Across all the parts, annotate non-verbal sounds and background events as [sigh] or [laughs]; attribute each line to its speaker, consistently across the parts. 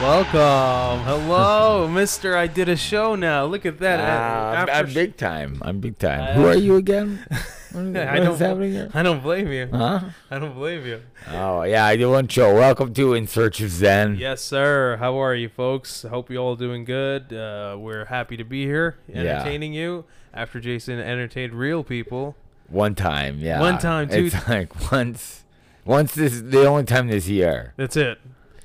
Speaker 1: Welcome.
Speaker 2: [laughs]
Speaker 1: Hello, Mister. I did a show now. Look at that.
Speaker 2: Ah, I'm,
Speaker 1: After
Speaker 2: I'm
Speaker 1: sh-
Speaker 2: big time. I'm big time.
Speaker 1: I-
Speaker 2: Who are you again? What
Speaker 1: [laughs]
Speaker 2: is-
Speaker 1: I
Speaker 2: what
Speaker 1: don't-
Speaker 2: is happening here?
Speaker 1: I don't blame you.
Speaker 2: Huh?
Speaker 1: I don't blame you.
Speaker 2: Oh yeah, I did one show. Welcome to In Search of Zen.
Speaker 1: Yes, sir. How are you, folks? Hope you all doing good. Uh, we're happy to be here,
Speaker 2: Yeah.
Speaker 1: entertaining you. After Jason entertained real people,
Speaker 2: One time, yeah.
Speaker 1: One time, two-
Speaker 2: It's [laughs] like once, once this the only time this year
Speaker 1: that's it.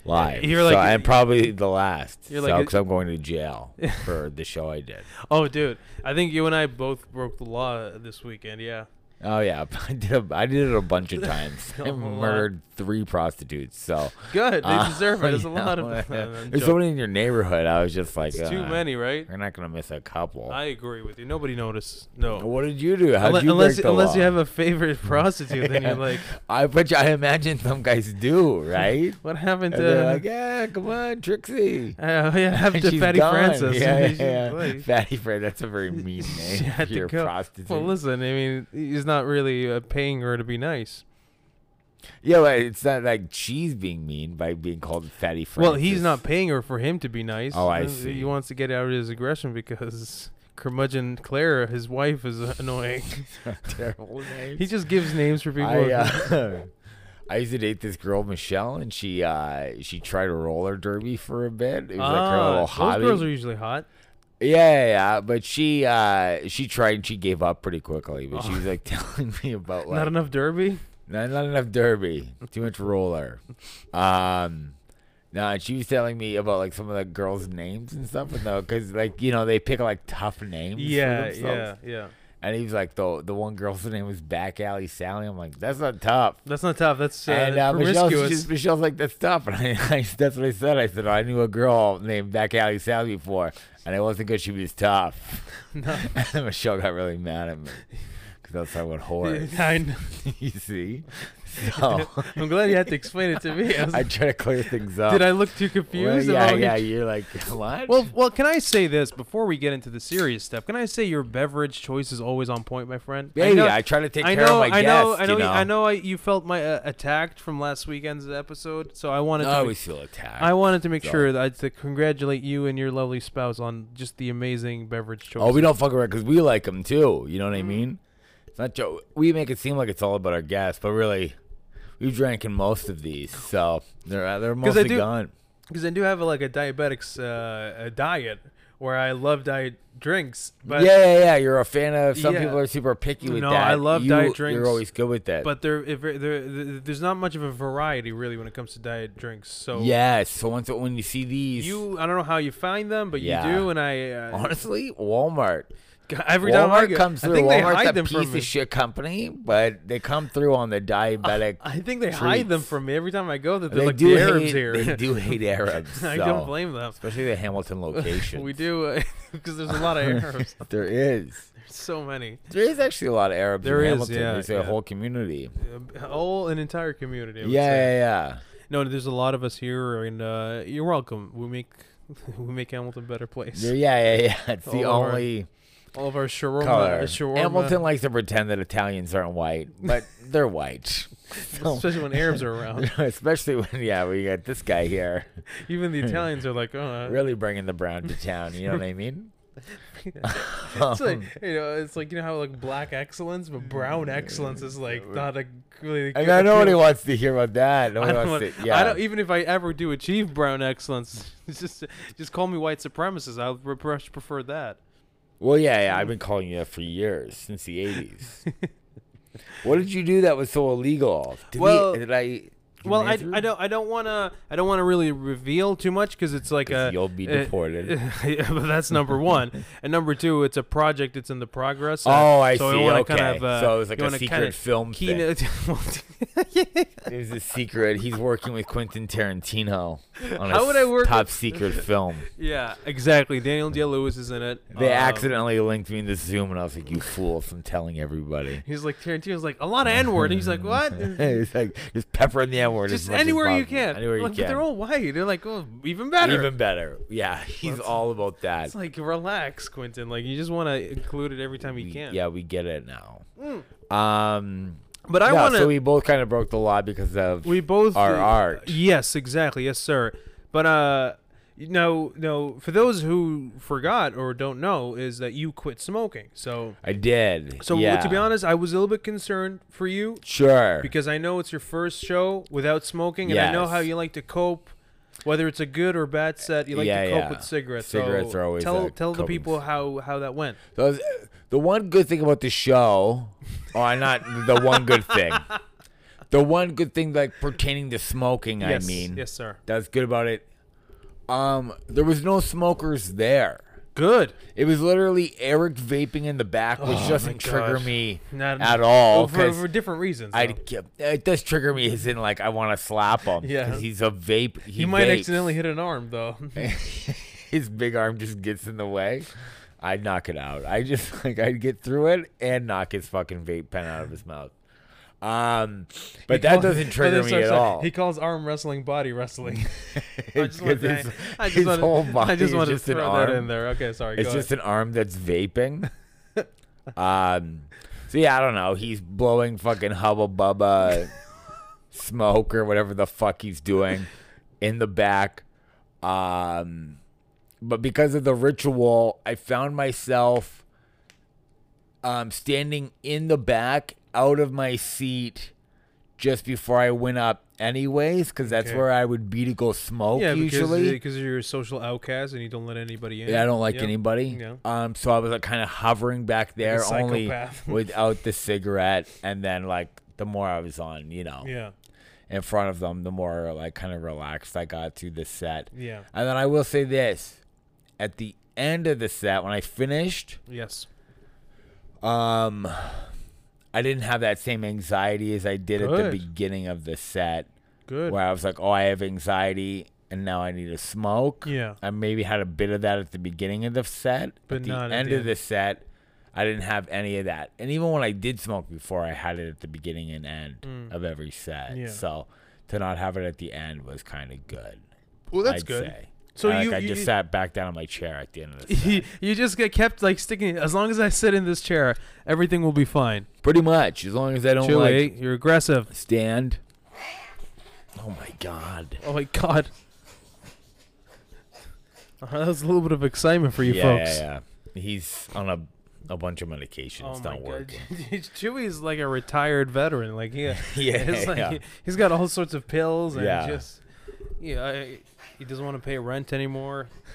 Speaker 2: live.
Speaker 1: You're
Speaker 2: You're
Speaker 1: like-
Speaker 2: like, so, and probably the last.
Speaker 1: You're
Speaker 2: You're
Speaker 1: like a-
Speaker 2: because I'm going
Speaker 1: [laughs]
Speaker 2: to jail for the show I did.
Speaker 1: Oh, dude. I think you and I both broke the law this weekend. Yeah.
Speaker 2: Oh yeah, [laughs] I did. A, I did it a bunch
Speaker 1: [laughs]
Speaker 2: of times.
Speaker 1: A
Speaker 2: I
Speaker 1: lot.
Speaker 2: murdered three prostitutes. So
Speaker 1: Good. Oh, [laughs] They
Speaker 2: uh,
Speaker 1: deserve it. There's
Speaker 2: [laughs]
Speaker 1: a
Speaker 2: yeah,
Speaker 1: lot [laughs] of. I'm
Speaker 2: There's so
Speaker 1: joking.
Speaker 2: many in your neighborhood. I was just like,
Speaker 1: It's too
Speaker 2: uh,
Speaker 1: many, right?
Speaker 2: You're not gonna miss a couple.
Speaker 1: I agree with you. Nobody noticed. No.
Speaker 2: What did you do? How
Speaker 1: Unle-
Speaker 2: did you
Speaker 1: unless
Speaker 2: break the
Speaker 1: unless you
Speaker 2: law?
Speaker 1: have a
Speaker 2: [laughs]
Speaker 1: favorite prostitute, then you're like,
Speaker 2: I bet you, I imagine some guys do,
Speaker 1: [laughs]
Speaker 2: right?
Speaker 1: what happened to?
Speaker 2: And they're like, yeah, come
Speaker 1: [laughs]
Speaker 2: on, Trixie.
Speaker 1: Uh,
Speaker 2: [laughs]
Speaker 1: yeah, have
Speaker 2: And
Speaker 1: to
Speaker 2: she's
Speaker 1: Fatty
Speaker 2: gone.
Speaker 1: Francis. [laughs]
Speaker 2: Yeah,
Speaker 1: She's
Speaker 2: yeah, yeah.
Speaker 1: like-
Speaker 2: Fatty Fran. That's a very mean
Speaker 1: [laughs]
Speaker 2: name.
Speaker 1: She had
Speaker 2: for
Speaker 1: to
Speaker 2: your
Speaker 1: go.
Speaker 2: prostitute.
Speaker 1: Well, listen, I mean, he's not really uh, paying her to be nice.
Speaker 2: yeah, but it's not like she's being mean by being called Fatty Francis.
Speaker 1: Well, he's not [laughs] paying her for him to be nice.
Speaker 2: Oh, I
Speaker 1: Uh, He
Speaker 2: see.
Speaker 1: wants to get out of his aggression because [laughs] curmudgeon Clara, his wife, is [laughs] annoying.
Speaker 2: [laughs] terrible name.
Speaker 1: he just gives names for people.
Speaker 2: I,
Speaker 1: [laughs]
Speaker 2: uh, [laughs] I used to date this girl Michelle, and she uh, she tried roller derby for a bit. It was like her
Speaker 1: Ah,
Speaker 2: little
Speaker 1: those
Speaker 2: hobby.
Speaker 1: girls are usually hot.
Speaker 2: Yeah, yeah, yeah, but she uh she tried and she gave up pretty quickly. But she was like [laughs] telling me about
Speaker 1: Oh.
Speaker 2: like
Speaker 1: Not enough derby.
Speaker 2: not, not enough derby, too much roller. Um, no, and she was telling me about like some of the girls' names and stuff, and though, because like you know they pick like tough names.
Speaker 1: Yeah,
Speaker 2: for
Speaker 1: yeah,
Speaker 2: themselves.
Speaker 1: yeah.
Speaker 2: And he was like the the one girl's name was Back Alley Sally. I'm like that's not tough.
Speaker 1: That's not tough. That's uh,
Speaker 2: and uh, Michelle's,
Speaker 1: promiscuous.
Speaker 2: she's- Michelle's like, that's tough. [laughs] And I, I, that's what I said. I said, I knew a girl named Back Alley Sally before, and it wasn't because she was tough.
Speaker 1: [laughs]
Speaker 2: [laughs]
Speaker 1: No.
Speaker 2: and then Michelle got really mad at me because I was talking about
Speaker 1: [laughs]
Speaker 2: whores. [laughs]
Speaker 1: I know.
Speaker 2: you
Speaker 1: [laughs]
Speaker 2: see? So
Speaker 1: I'm glad you had to explain it to me. I was
Speaker 2: I try to clear things up.
Speaker 1: Did I look too
Speaker 2: Well,
Speaker 1: confused?
Speaker 2: yeah,
Speaker 1: about
Speaker 2: yeah.
Speaker 1: you-
Speaker 2: You're like, what?
Speaker 1: Well, well, can I say this before we get into the serious stuff? Can I say your beverage choice is always on point, my friend?
Speaker 2: baby, I, try to take
Speaker 1: I
Speaker 2: care
Speaker 1: know,
Speaker 2: of my
Speaker 1: I know,
Speaker 2: guests.
Speaker 1: I know,
Speaker 2: you know,
Speaker 1: I know. I, you felt my uh, attacked from last weekend's episode, so I wanted
Speaker 2: I
Speaker 1: to.
Speaker 2: always
Speaker 1: Make,
Speaker 2: Oh, feel attacked.
Speaker 1: I wanted to make
Speaker 2: So-
Speaker 1: sure that I, to congratulate you and your lovely spouse on just the amazing beverage choice.
Speaker 2: Oh, we don't fuck around because we like them too. You know what I
Speaker 1: Mm-hmm.
Speaker 2: mean? It's not jo- we make it seem like it's all about our guests, but really, we've drinking most of these, so they're they're
Speaker 1: 'Cause I
Speaker 2: mostly
Speaker 1: do-
Speaker 2: gone.
Speaker 1: because I do have a, like a diabetics uh, a diet where I love diet drinks, but
Speaker 2: yeah, yeah, yeah. You're a fan of. Some
Speaker 1: Yeah.
Speaker 2: people are super picky with
Speaker 1: No,
Speaker 2: that.
Speaker 1: I love
Speaker 2: you,
Speaker 1: diet drinks,
Speaker 2: You're always good with that.
Speaker 1: but there, if, there, there, there's not much of a variety really when it comes to diet drinks. So
Speaker 2: yes. So once when you see these,
Speaker 1: You, I don't know how you find them, but
Speaker 2: Yeah.
Speaker 1: you do, and I uh,
Speaker 2: honestly, Walmart.
Speaker 1: g- every time I
Speaker 2: Walmart
Speaker 1: go,
Speaker 2: comes
Speaker 1: I
Speaker 2: through.
Speaker 1: think they
Speaker 2: Walmart's
Speaker 1: hide
Speaker 2: a
Speaker 1: them from
Speaker 2: piece
Speaker 1: me.
Speaker 2: of shit company, but they come through on the diabetic.
Speaker 1: [laughs] I think they hide them
Speaker 2: treats.
Speaker 1: from me every time I go. That they're
Speaker 2: they
Speaker 1: like
Speaker 2: do
Speaker 1: the Arabs
Speaker 2: hate,
Speaker 1: here.
Speaker 2: They do hate Arabs.
Speaker 1: [laughs] I
Speaker 2: so,
Speaker 1: don't blame them.
Speaker 2: especially the Hamilton location.
Speaker 1: [laughs] We [laughs] do because there's a
Speaker 2: [laughs]
Speaker 1: lot of Arabs.
Speaker 2: There is.
Speaker 1: There's so many,
Speaker 2: There is actually a lot of Arabs
Speaker 1: There is,
Speaker 2: in Hamilton.
Speaker 1: yeah,
Speaker 2: There's
Speaker 1: yeah.
Speaker 2: a whole community.
Speaker 1: Uh, all an entire community. I
Speaker 2: Yeah,
Speaker 1: would say.
Speaker 2: yeah, yeah.
Speaker 1: No, there's a lot of us here, and uh, you're welcome. We make [laughs] we make Hamilton a better place.
Speaker 2: There- Yeah, yeah, yeah. [laughs] It's the
Speaker 1: All of our
Speaker 2: only
Speaker 1: All of our shawarma,
Speaker 2: color.
Speaker 1: shawarma
Speaker 2: Hamilton likes to pretend that Italians aren't white,
Speaker 1: [laughs]
Speaker 2: but they're white. So-
Speaker 1: especially when Arabs are
Speaker 2: [laughs]
Speaker 1: around.
Speaker 2: especially when, yeah, we got this guy here
Speaker 1: Even the Italians are like, oh, [laughs]
Speaker 2: really bringing the brown to town. You know what I mean?
Speaker 1: It's
Speaker 2: [laughs]
Speaker 1: like you know, it's like you know how like black excellence, but brown excellence is like not a really.
Speaker 2: I
Speaker 1: good
Speaker 2: know nobody
Speaker 1: appeal.
Speaker 2: wants to hear about that.
Speaker 1: I
Speaker 2: Nobody
Speaker 1: don't,
Speaker 2: wants
Speaker 1: want-
Speaker 2: to. Yeah.
Speaker 1: I don't even if I ever do achieve brown excellence, [laughs] it's just just call me white supremacist. I would pre- pre- prefer
Speaker 2: [laughs]
Speaker 1: that.
Speaker 2: well, yeah,
Speaker 1: [laughs]
Speaker 2: yeah. I've been calling you that for years since the '80s. what did you do that was so illegal? Did, we-
Speaker 1: Well-
Speaker 2: did I? did you
Speaker 1: Well, I,
Speaker 2: answer?
Speaker 1: I don't I don't want to I don't want to really reveal too much because it's like
Speaker 2: 'Cause
Speaker 1: a
Speaker 2: you'll be
Speaker 1: uh,
Speaker 2: deported.
Speaker 1: [laughs] yeah, but that's
Speaker 2: [laughs]
Speaker 1: number one, and number two, it's a project that's in the progress. uh,
Speaker 2: Oh, I
Speaker 1: so
Speaker 2: see.
Speaker 1: I wanna
Speaker 2: okay.
Speaker 1: Kind of, uh,
Speaker 2: so it was like
Speaker 1: you
Speaker 2: a
Speaker 1: wanna
Speaker 2: secret
Speaker 1: kinda
Speaker 2: film
Speaker 1: Keen
Speaker 2: thing.
Speaker 1: yeah. [laughs]
Speaker 2: It was a secret. He's working with Quentin Tarantino on a
Speaker 1: How would I work
Speaker 2: top
Speaker 1: with- [laughs]
Speaker 2: secret film.
Speaker 1: Yeah, exactly. Daniel Day Lewis is in it.
Speaker 2: They
Speaker 1: Um,
Speaker 2: accidentally linked me into Zoom, and I was like, "You fools! I'm telling everybody."
Speaker 1: He's like Tarantino's like a lot of N word. He's like
Speaker 2: [laughs]
Speaker 1: what?
Speaker 2: it's like just pepper in the N word.
Speaker 1: Just anywhere you can.
Speaker 2: Anywhere you
Speaker 1: like, But
Speaker 2: can.
Speaker 1: they're all white. They're like oh, even better.
Speaker 2: Even better. Yeah, he's all about that.
Speaker 1: it's like relax, Quentin. Like you just want to include it every time you
Speaker 2: We-
Speaker 1: can.
Speaker 2: Yeah, we get it now. Um,
Speaker 1: But I
Speaker 2: yeah,
Speaker 1: want to.
Speaker 2: So
Speaker 1: we,
Speaker 2: we both kind of broke the law because of
Speaker 1: both
Speaker 2: our art.
Speaker 1: Yes, exactly. Yes, sir. But uh, No, no. For those who forgot or don't know, is that you quit smoking. So,
Speaker 2: I did.
Speaker 1: so
Speaker 2: yeah.
Speaker 1: to be honest, I was a little bit concerned for you
Speaker 2: sure.
Speaker 1: because I know it's your first show without smoking, and I know
Speaker 2: Yes.
Speaker 1: how you like to cope, whether it's a good or bad set. You like
Speaker 2: Yeah,
Speaker 1: to cope
Speaker 2: yeah.
Speaker 1: with cigarettes.
Speaker 2: Cigarettes
Speaker 1: so
Speaker 2: are always
Speaker 1: tell
Speaker 2: a
Speaker 1: tell the
Speaker 2: coping
Speaker 1: people how how that went.
Speaker 2: So it's- the one good thing about the show, or not the one
Speaker 1: [laughs]
Speaker 2: good thing, the one good thing like pertaining to smoking.
Speaker 1: yes,
Speaker 2: I mean,
Speaker 1: yes, sir.
Speaker 2: that's good about it. Um, there was no smokers there.
Speaker 1: Good.
Speaker 2: It was literally Eric vaping in the back, which
Speaker 1: Oh my
Speaker 2: doesn't trigger
Speaker 1: gosh.
Speaker 2: me
Speaker 1: Not
Speaker 2: at all.
Speaker 1: well, for,
Speaker 2: 'cause
Speaker 1: for different reasons.
Speaker 2: I
Speaker 1: though.
Speaker 2: it does trigger me as in like I want to slap him.
Speaker 1: Yeah.
Speaker 2: 'cause he's a vape. He
Speaker 1: you might
Speaker 2: vapes.
Speaker 1: accidentally hit an arm though. [laughs]
Speaker 2: [laughs] his big arm just gets in the way. I'd knock it out. I just [laughs] like I'd get through it and knock his fucking vape pen out of his mouth. Um, but
Speaker 1: He
Speaker 2: that
Speaker 1: call-
Speaker 2: doesn't trigger
Speaker 1: Oh,
Speaker 2: me
Speaker 1: sorry,
Speaker 2: at
Speaker 1: sorry.
Speaker 2: all. [laughs]
Speaker 1: He calls arm wrestling body wrestling. I just
Speaker 2: 'Cause
Speaker 1: wanted to-
Speaker 2: his, [laughs]
Speaker 1: I just
Speaker 2: his
Speaker 1: wanted-
Speaker 2: whole body
Speaker 1: I just
Speaker 2: is
Speaker 1: wanted
Speaker 2: just
Speaker 1: to
Speaker 2: an
Speaker 1: throw
Speaker 2: arm.
Speaker 1: that in there. Okay, sorry.
Speaker 2: It's
Speaker 1: go
Speaker 2: just
Speaker 1: ahead.
Speaker 2: an arm that's
Speaker 1: [laughs]
Speaker 2: vaping. um, so yeah, I don't know. He's blowing fucking
Speaker 1: [laughs]
Speaker 2: hubba bubba smoke or whatever the fuck he's doing in the back. Um, but because of the ritual, I found myself um, standing in the back out of my seat just before I went up, anyways, because that's
Speaker 1: Okay.
Speaker 2: where I would be to go smoke
Speaker 1: yeah,
Speaker 2: usually.
Speaker 1: because uh, because you're a social outcast and you don't let anybody in.
Speaker 2: Yeah, I don't like
Speaker 1: Yep.
Speaker 2: anybody.
Speaker 1: Yeah.
Speaker 2: Um, so I was like kind of hovering back there, only
Speaker 1: psychopath. [laughs]
Speaker 2: without the cigarette, and then like the more I was on, you know,
Speaker 1: Yeah,
Speaker 2: in front of them, the more like kind of relaxed I got through the set.
Speaker 1: yeah,
Speaker 2: And then I will say this: at the end of the set, when I finished,
Speaker 1: yes.
Speaker 2: um, I didn't have that same anxiety as I did at
Speaker 1: Good.
Speaker 2: the beginning of the set,
Speaker 1: Good.
Speaker 2: where I was like, "Oh, I have anxiety." And now I need to smoke.
Speaker 1: Yeah.
Speaker 2: I maybe had a bit of that at the beginning of the set,
Speaker 1: But
Speaker 2: at the
Speaker 1: not at
Speaker 2: end
Speaker 1: the
Speaker 2: of the set, I didn't have any of that. And even when I did smoke before, I had it at the beginning and end of every set.
Speaker 1: Mm. Yeah.
Speaker 2: So to not have it at the end was kind of good.
Speaker 1: Well, that's
Speaker 2: I'd
Speaker 1: good.
Speaker 2: Say.
Speaker 1: So
Speaker 2: So like,
Speaker 1: you-
Speaker 2: I
Speaker 1: you-
Speaker 2: just
Speaker 1: you-
Speaker 2: sat back down on my chair at the end of the set.
Speaker 1: [laughs] you just get kept like sticking. As long as I sit in this chair, everything will be fine.
Speaker 2: Pretty much, as long as I don't
Speaker 1: Chili,
Speaker 2: like
Speaker 1: you're aggressive.
Speaker 2: stand. Oh my god.
Speaker 1: Oh my god. [laughs] Uh, that was a little bit of excitement for you
Speaker 2: yeah,
Speaker 1: folks. Oh
Speaker 2: yeah, yeah. He's on a a bunch of medication. it's
Speaker 1: [laughs]
Speaker 2: not working.
Speaker 1: Chewie's like a retired veteran. Like
Speaker 2: [laughs]
Speaker 1: he, [laughs]
Speaker 2: Yeah,
Speaker 1: it's like
Speaker 2: yeah.
Speaker 1: He, has got all sorts of pills and
Speaker 2: Yeah.
Speaker 1: just yeah, I, he doesn't want to pay rent anymore.
Speaker 2: [laughs]
Speaker 1: [laughs]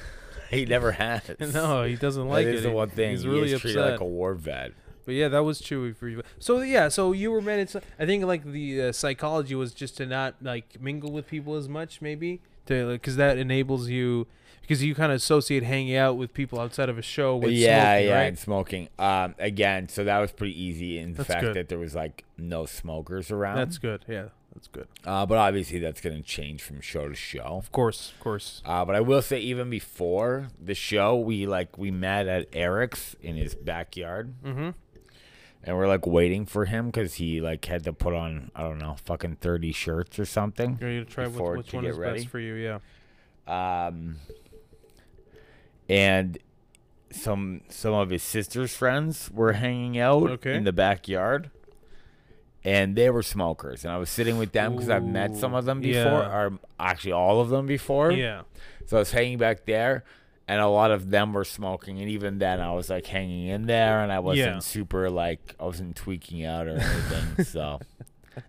Speaker 2: He never has.
Speaker 1: No, he doesn't like
Speaker 2: that
Speaker 1: it.
Speaker 2: is the
Speaker 1: He-
Speaker 2: one thing.
Speaker 1: He's
Speaker 2: he
Speaker 1: really
Speaker 2: is
Speaker 1: upset.
Speaker 2: treated like a war vet.
Speaker 1: But yeah, that was Chewy for you. So yeah, so you were meant. To, I think like the uh, psychology was just to not like mingle with people as much, maybe, to because that enables you because you kind of associate hanging out with people outside of a show with
Speaker 2: yeah,
Speaker 1: smoking,
Speaker 2: yeah,
Speaker 1: right?
Speaker 2: and smoking. Um, again, so that was pretty easy in the
Speaker 1: That's
Speaker 2: fact
Speaker 1: good.
Speaker 2: that there was like no smokers around.
Speaker 1: That's good. Yeah, that's good.
Speaker 2: uh, but obviously that's gonna change from show to show.
Speaker 1: Of course, of course.
Speaker 2: Uh, but I will say, even before the show, we like we met at Eric's in his backyard,
Speaker 1: Mm-hmm.
Speaker 2: and we're like waiting for him because he like had to put on I don't know fucking thirty shirts or something.
Speaker 1: You're gonna try
Speaker 2: Before
Speaker 1: which, which
Speaker 2: to
Speaker 1: one
Speaker 2: get
Speaker 1: is
Speaker 2: ready.
Speaker 1: best for you. Yeah.
Speaker 2: um, and some some of his sister's friends were hanging out
Speaker 1: Okay.
Speaker 2: in the backyard, and they were smokers. And I was sitting with them because I've met some of them
Speaker 1: Ooh,
Speaker 2: before,
Speaker 1: yeah.
Speaker 2: or actually all of them before.
Speaker 1: Yeah.
Speaker 2: So I was hanging back there, and a lot of them were smoking. And even then, I was like hanging in there, and I wasn't
Speaker 1: Yeah.
Speaker 2: super like I wasn't tweaking out or
Speaker 1: [laughs]
Speaker 2: anything. so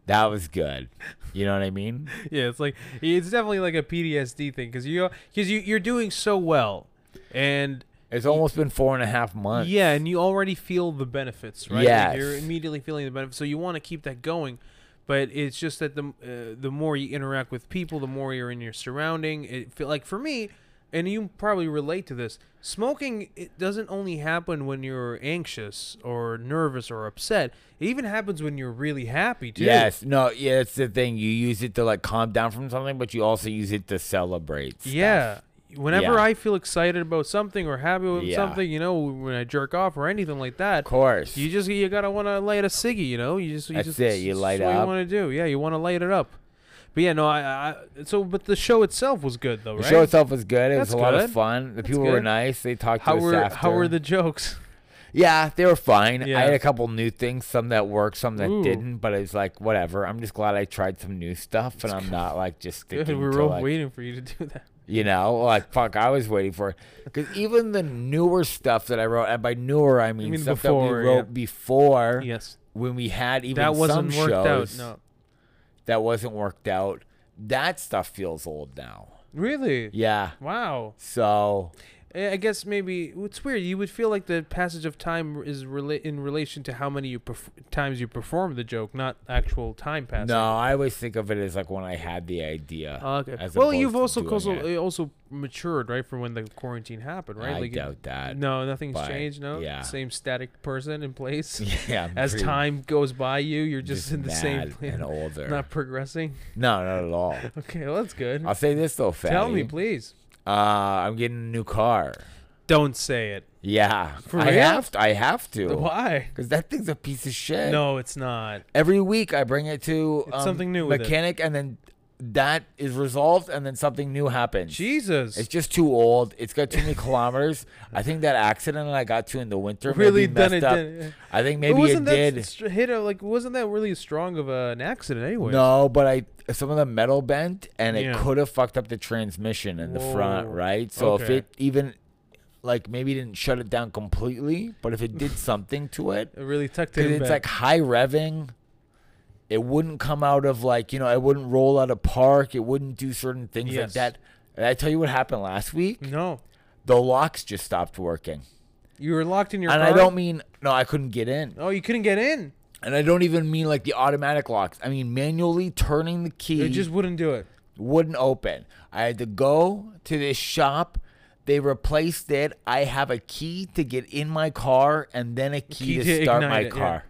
Speaker 2: that was good. You know what I mean?
Speaker 1: Yeah. It's like it's definitely like a PTSD thing because you because you you're doing so well and.
Speaker 2: It's almost been four and a half months.
Speaker 1: Yeah, and you already feel the benefits, right?
Speaker 2: Yes.
Speaker 1: you're immediately feeling the benefits, so you want to keep that going. But it's just that the uh, the more you interact with people, the more you're in your surrounding. It feel like for me, and you probably relate to this. Smoking it doesn't only happen when you're anxious or nervous or upset. It even happens when you're really happy too.
Speaker 2: Yes. No. Yeah. That's the thing. You use it to like calm down from something, but you also use it to celebrate. stuff.
Speaker 1: Yeah. Whenever
Speaker 2: Yeah.
Speaker 1: I feel excited about something or happy with
Speaker 2: Yeah.
Speaker 1: something, you know, when I jerk off or anything like that,
Speaker 2: Of course.
Speaker 1: You just you gotta want to light a ciggy, you know. You just you
Speaker 2: That's
Speaker 1: just
Speaker 2: it, you
Speaker 1: it's
Speaker 2: light
Speaker 1: what
Speaker 2: up.
Speaker 1: You want to do, yeah. You want to light it up. But yeah, no, I, I so but the show itself was good though,
Speaker 2: the
Speaker 1: right?
Speaker 2: show itself was good. It was
Speaker 1: That's
Speaker 2: a lot
Speaker 1: good.
Speaker 2: of fun. The people were
Speaker 1: good.
Speaker 2: nice. They talked
Speaker 1: how
Speaker 2: to us
Speaker 1: were
Speaker 2: after.
Speaker 1: how were the jokes?
Speaker 2: Yeah, they were fine.
Speaker 1: Yeah.
Speaker 2: I had a couple new things, some that worked, some that
Speaker 1: Ooh.
Speaker 2: didn't. But it's like whatever. I'm just glad I tried some new stuff, and I'm not like just sticking
Speaker 1: Good, [laughs] we were
Speaker 2: to
Speaker 1: all
Speaker 2: like. [laughs]
Speaker 1: waiting for you to do that.
Speaker 2: You know, like fuck, I was waiting for it because even the newer stuff that I wrote, and by newer I mean,
Speaker 1: mean
Speaker 2: stuff that
Speaker 1: before,
Speaker 2: we
Speaker 1: yeah.
Speaker 2: wrote before
Speaker 1: Yes,
Speaker 2: when we had even
Speaker 1: that wasn't
Speaker 2: some
Speaker 1: worked
Speaker 2: shows
Speaker 1: out. No,
Speaker 2: that wasn't worked out. That stuff feels old now.
Speaker 1: really.
Speaker 2: Yeah.
Speaker 1: Wow.
Speaker 2: So
Speaker 1: Eh, I I guess maybe it's weird. You would feel like the passage of time is rela- in relation to how many you perf- times you perform the joke, not actual time passing.
Speaker 2: no, I always think of it as like when I had the idea.
Speaker 1: Oh, okay.
Speaker 2: as
Speaker 1: Well,
Speaker 2: opposed
Speaker 1: you've
Speaker 2: to
Speaker 1: also
Speaker 2: doing it.
Speaker 1: also, also matured, right, from when the quarantine happened, right?
Speaker 2: I
Speaker 1: like,
Speaker 2: doubt that.
Speaker 1: No, nothing's
Speaker 2: but,
Speaker 1: changed. No,
Speaker 2: yeah.
Speaker 1: same static person in place.
Speaker 2: [laughs] [laughs] Yeah. I'm
Speaker 1: As
Speaker 2: pretty-
Speaker 1: time goes by, you you're just, in the same
Speaker 2: mad
Speaker 1: place,
Speaker 2: and older.
Speaker 1: not progressing. [laughs]
Speaker 2: no, not at all.
Speaker 1: Okay, well, that's good.
Speaker 2: I'll say this though, fatty.
Speaker 1: Tell me, please.
Speaker 2: Uh, I'm getting a new car.
Speaker 1: Don't say it.
Speaker 2: Yeah,
Speaker 1: For
Speaker 2: I
Speaker 1: real?
Speaker 2: have to. I have to.
Speaker 1: Why?
Speaker 2: Because that thing's a piece of shit.
Speaker 1: No, it's not.
Speaker 2: Every week I bring it to
Speaker 1: It's
Speaker 2: um,
Speaker 1: something new with it.
Speaker 2: mechanic, and then that is resolved, and then something new happens.
Speaker 1: Jesus.
Speaker 2: It's just too old. It's got too many kilometers. I think that accident I got to in the winter
Speaker 1: Really
Speaker 2: really maybe messed
Speaker 1: done it,
Speaker 2: up.
Speaker 1: didn't it?
Speaker 2: I think
Speaker 1: But
Speaker 2: maybe it
Speaker 1: wasn't that
Speaker 2: did.
Speaker 1: str- hit a, like wasn't that really strong of a, an accident anyway?
Speaker 2: No, but I some of the metal bent and it
Speaker 1: Yeah.
Speaker 2: could have fucked up the transmission in the front,
Speaker 1: Whoa.
Speaker 2: right? So if
Speaker 1: Okay.
Speaker 2: it even like maybe didn't shut it down completely, but if
Speaker 1: [laughs]
Speaker 2: it did something to it,
Speaker 1: It really tucked
Speaker 2: because
Speaker 1: it in.
Speaker 2: it's like
Speaker 1: back.
Speaker 2: high revving. It wouldn't come out of like you know. It wouldn't roll out of park. It wouldn't do certain things like
Speaker 1: Yes. Mm.
Speaker 2: that. And I tell you what happened last week.
Speaker 1: no.
Speaker 2: The locks just stopped working,
Speaker 1: You were locked in your
Speaker 2: and
Speaker 1: car.
Speaker 2: I don't mean no. I couldn't get in,
Speaker 1: Oh, you couldn't get in.
Speaker 2: and I don't even mean like the automatic locks. I mean manually turning the key
Speaker 1: It just wouldn't do it.
Speaker 2: wouldn't open. I had to go to this shop. They replaced it. I have a key to get in my car, and then a key,
Speaker 1: Key
Speaker 2: to,
Speaker 1: to
Speaker 2: start
Speaker 1: ignite
Speaker 2: my
Speaker 1: it, yeah.
Speaker 2: car.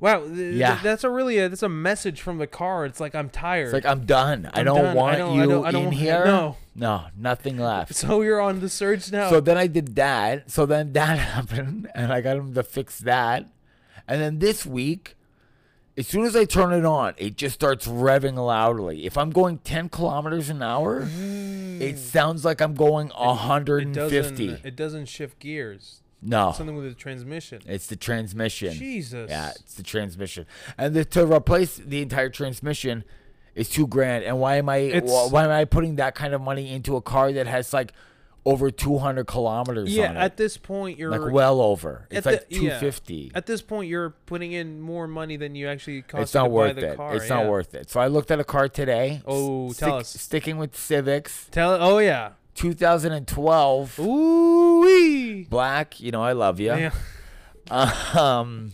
Speaker 1: Wow, th- th-
Speaker 2: Yeah.
Speaker 1: that's a really a, that's a message from the car. It's like I'm tired.
Speaker 2: It's like I'm done. I
Speaker 1: I'm
Speaker 2: don't
Speaker 1: done. I
Speaker 2: want
Speaker 1: don't-
Speaker 2: you
Speaker 1: I don't- I don't
Speaker 2: in
Speaker 1: want-
Speaker 2: here.
Speaker 1: no.
Speaker 2: no, nothing left.
Speaker 1: [laughs] so you're on the surge now.
Speaker 2: So then I did that. So then [laughs] that happened, and I got him to fix that. And then this week, as soon as I turn it on, it just starts revving loudly. If I'm going 10 kilometers an hour, it sounds like I'm going
Speaker 1: Mm. it doesn't
Speaker 2: 150.
Speaker 1: it doesn't shift gears.
Speaker 2: no,
Speaker 1: Something with the transmission.
Speaker 2: it's the transmission.
Speaker 1: Jesus.
Speaker 2: Yeah, it's the transmission. And the, to replace the entire transmission is two grand. And why am I wh-
Speaker 1: It's-
Speaker 2: why am I putting that kind of money into a car that has like over 200 kilometers
Speaker 1: Yeah,
Speaker 2: on it?
Speaker 1: at this point you're
Speaker 2: like well over. It's
Speaker 1: at
Speaker 2: like
Speaker 1: the-
Speaker 2: two
Speaker 1: yeah.
Speaker 2: fifty.
Speaker 1: At this point you're putting in more money than you actually cost
Speaker 2: It's
Speaker 1: you
Speaker 2: not
Speaker 1: to
Speaker 2: worth
Speaker 1: buy the
Speaker 2: it.
Speaker 1: car.
Speaker 2: it's not
Speaker 1: yeah.
Speaker 2: worth it. So I looked at a car today.
Speaker 1: Oh,
Speaker 2: Stick-
Speaker 1: tell us.
Speaker 2: Sticking with Civics,
Speaker 1: Tell it. Oh yeah.
Speaker 2: 2012
Speaker 1: Ooh wee.
Speaker 2: black. You know I love you.
Speaker 1: Yeah.
Speaker 2: [laughs] Um,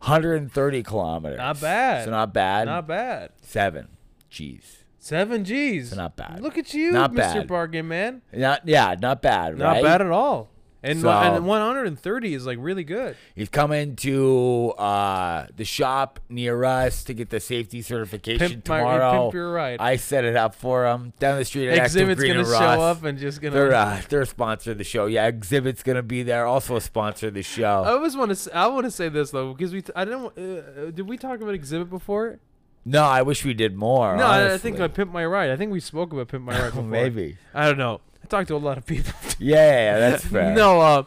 Speaker 2: 130 kilometers.
Speaker 1: Not bad.
Speaker 2: So not bad.
Speaker 1: Not bad.
Speaker 2: Seven. Jeez.
Speaker 1: Seven G's.
Speaker 2: So not bad.
Speaker 1: Look at you,
Speaker 2: Not
Speaker 1: Mr.
Speaker 2: bad.
Speaker 1: Bargain Man.
Speaker 2: Not yeah. Not bad.
Speaker 1: Not
Speaker 2: right?
Speaker 1: bad at all. And,
Speaker 2: So-
Speaker 1: and 130 is like really good.
Speaker 2: He's coming to uh, the shop near us to get the safety certification
Speaker 1: Pimp my-
Speaker 2: tomorrow.
Speaker 1: pimp your ride.
Speaker 2: I set it up for him down the street. At
Speaker 1: Exhibit's
Speaker 2: going
Speaker 1: gonna
Speaker 2: to
Speaker 1: show up and just gonna.
Speaker 2: They're uh, they're a sponsor of the show. Yeah, Exhibit's going to be there. Also a sponsor of the
Speaker 1: I
Speaker 2: show.
Speaker 1: always want to. I want to say this though because we. T- I didn't. Uh, did we talk about Exhibit before?
Speaker 2: No, I wish we did more.
Speaker 1: no, I, I think
Speaker 2: honestly.
Speaker 1: I pimp my ride. I think we spoke about pimp my
Speaker 2: [laughs]
Speaker 1: ride before.
Speaker 2: maybe.
Speaker 1: I don't know. I talked to a lot of people.
Speaker 2: Yeah, yeah,
Speaker 1: [laughs]
Speaker 2: that's fair.
Speaker 1: no, uh,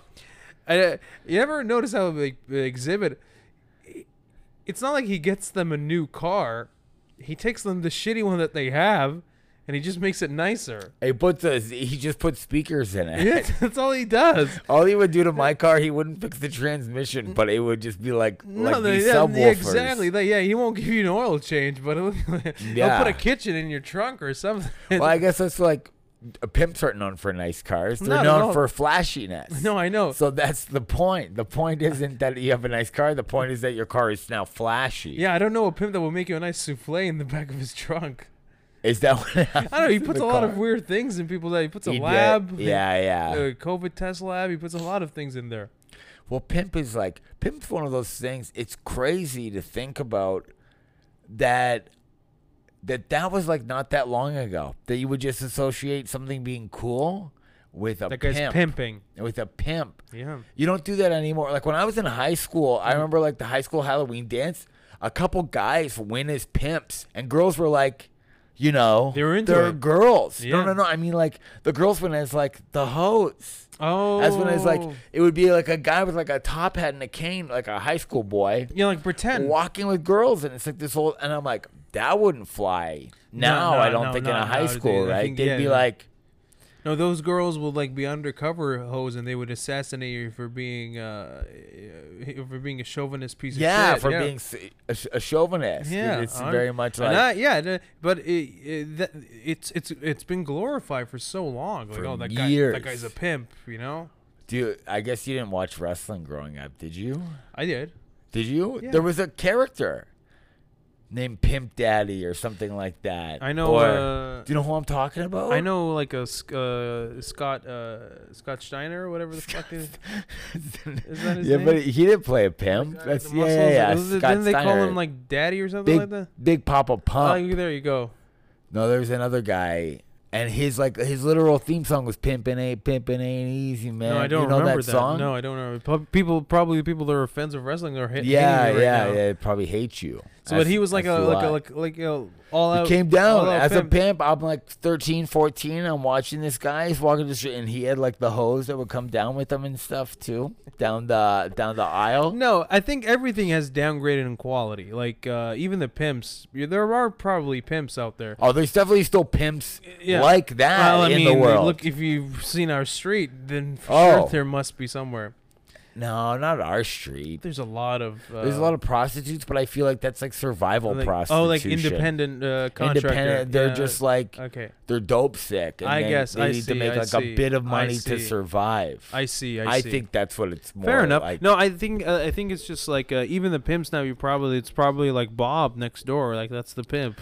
Speaker 1: I, you ever notice how like the Exhibit? It's not like he gets them a new car. He takes them the shitty one that they have, and he just makes it nicer.
Speaker 2: he puts a, he just put speakers in it.
Speaker 1: Yeah, [laughs] that's all he does.
Speaker 2: All he would do to my car, he wouldn't fix the transmission, but it would just be like
Speaker 1: No,
Speaker 2: like
Speaker 1: they-
Speaker 2: these
Speaker 1: yeah,
Speaker 2: subwoofers.
Speaker 1: yeah, exactly. They- yeah, he won't give you an oil change, but he'll, [laughs] he'll
Speaker 2: Yeah.
Speaker 1: put a kitchen in your trunk or something.
Speaker 2: Well, I guess that's like uh, pimps aren't known for nice cars. They're
Speaker 1: Not at
Speaker 2: known
Speaker 1: all.
Speaker 2: for
Speaker 1: [laughs]
Speaker 2: flashiness.
Speaker 1: no, I know.
Speaker 2: So that's the point. The point isn't that you have a nice car. The point is that your car is now flashy.
Speaker 1: Yeah, I don't know a pimp that will make you a nice souffle in the back of his trunk.
Speaker 2: Is that what
Speaker 1: I don't know. He
Speaker 2: happens [laughs] in
Speaker 1: puts a
Speaker 2: the
Speaker 1: lot
Speaker 2: car?
Speaker 1: of weird things in people that he puts a
Speaker 2: He did-
Speaker 1: lab.
Speaker 2: Yeah, yeah.
Speaker 1: A COVID test lab. He puts a lot of things in there.
Speaker 2: Well, pimp is like pimp's one of those things. It's crazy to think about that that that was like not that long ago that you would just associate something being cool with a
Speaker 1: That guy's
Speaker 2: pimp,
Speaker 1: pimping.
Speaker 2: with a pimp.
Speaker 1: Yeah.
Speaker 2: You don't do that anymore. Like when I was in high school,
Speaker 1: Mm-hmm.
Speaker 2: I remember like the high school Halloween dance. A couple guys went as pimps, and girls were like, you know,
Speaker 1: They were into
Speaker 2: they're
Speaker 1: it.
Speaker 2: girls. No,
Speaker 1: Yeah.
Speaker 2: no, no. I mean, like the girls went as like the hoes.
Speaker 1: Oh.
Speaker 2: As when it's like it would be like a guy with like a top hat and a cane, like a high school boy,
Speaker 1: Yeah, like pretend.
Speaker 2: walking with girls, and it's like this whole. And I'm like, that wouldn't fly.
Speaker 1: No,
Speaker 2: Now
Speaker 1: no,
Speaker 2: I don't
Speaker 1: no,
Speaker 2: think in
Speaker 1: no,
Speaker 2: a high
Speaker 1: no,
Speaker 2: school,
Speaker 1: dude, I
Speaker 2: right?
Speaker 1: think-
Speaker 2: They'd
Speaker 1: yeah,
Speaker 2: be
Speaker 1: no.
Speaker 2: like,
Speaker 1: No, those girls would like be undercover hoes, and they would assassinate you for being uh uh, for being a chauvinist piece of
Speaker 2: yeah,
Speaker 1: shit.
Speaker 2: for being s- a, sh- a chauvinist.
Speaker 1: Yeah,
Speaker 2: it's
Speaker 1: I'm-
Speaker 2: very much
Speaker 1: and
Speaker 2: like
Speaker 1: I- yeah, the- but it, it, that, it's it's it's been glorified for so long. Like,
Speaker 2: For
Speaker 1: oh, that guy,
Speaker 2: years.
Speaker 1: that guy's a pimp. You know,
Speaker 2: Dude, I guess you didn't watch wrestling growing up, did you?
Speaker 1: I did.
Speaker 2: Did you?
Speaker 1: Yeah.
Speaker 2: There was a character named Pimp Daddy or something like that.
Speaker 1: I know.
Speaker 2: Or,
Speaker 1: uh,
Speaker 2: do you know who I'm talking about? [laughs]
Speaker 1: I know, like a Sc- uh, Scott uh, Scott Steiner or whatever the fuck is. Is that his
Speaker 2: yeah, but
Speaker 1: name?
Speaker 2: he didn't play a
Speaker 1: the
Speaker 2: pimp.
Speaker 1: guy with
Speaker 2: That's
Speaker 1: the
Speaker 2: yeah,
Speaker 1: muscles?
Speaker 2: yeah, yeah.
Speaker 1: Was it-
Speaker 2: Scott
Speaker 1: Didn't they call
Speaker 2: Steiner.
Speaker 1: him like daddy or something
Speaker 2: Big,
Speaker 1: like that?
Speaker 2: Big Papa
Speaker 1: Oh,
Speaker 2: Pump.
Speaker 1: there you go.
Speaker 2: no, there's another guy, and his like his literal theme song was "Pimpin' Ain't Pimpin' Ain't Easy," man.
Speaker 1: No, I don't
Speaker 2: you know
Speaker 1: remember
Speaker 2: that song.
Speaker 1: No, I don't remember. Pub- People probably the people that are fans of wrestling are hit.
Speaker 2: yeah,
Speaker 1: hating it right
Speaker 2: yeah,
Speaker 1: now.
Speaker 2: yeah. It probably hates you.
Speaker 1: So, but
Speaker 2: That's-
Speaker 1: he was like a
Speaker 2: that's
Speaker 1: like, a
Speaker 2: why.
Speaker 1: like like you know, all
Speaker 2: He
Speaker 1: out.
Speaker 2: came down
Speaker 1: all out
Speaker 2: as a pimp. I'm like 13, 14. I'm watching this guy. He's walking the street, and he had like the hoes that would come down with him and stuff too, down the down the aisle.
Speaker 1: No, I think everything has downgraded in quality. Like uh, even the pimps, y- there are probably pimps out there.
Speaker 2: Oh, there's definitely still pimps
Speaker 1: Yeah.
Speaker 2: like that
Speaker 1: Well, I
Speaker 2: in
Speaker 1: mean,
Speaker 2: the world.
Speaker 1: look if you've seen our street, then for
Speaker 2: Oh.
Speaker 1: sure there must be somewhere.
Speaker 2: no, not our street.
Speaker 1: There's a lot of uh,
Speaker 2: There's a lot of prostitutes, but I feel like that's like survival
Speaker 1: like,
Speaker 2: prostitution.
Speaker 1: oh, like independent uh, contractor.
Speaker 2: Independent. They're
Speaker 1: Yeah.
Speaker 2: just like
Speaker 1: okay.
Speaker 2: they're dope sick. And
Speaker 1: I
Speaker 2: they,
Speaker 1: guess,
Speaker 2: they
Speaker 1: I
Speaker 2: need
Speaker 1: see,
Speaker 2: to make
Speaker 1: I
Speaker 2: like
Speaker 1: see,
Speaker 2: a bit of
Speaker 1: I
Speaker 2: money to
Speaker 1: see.
Speaker 2: survive.
Speaker 1: I see. I,
Speaker 2: I
Speaker 1: see.
Speaker 2: think that's what it's more.
Speaker 1: Fair enough.
Speaker 2: Like.
Speaker 1: no, I think uh, I think it's just like uh, even the pimps now. You probably it's probably like Bob next door. Like that's the pimp.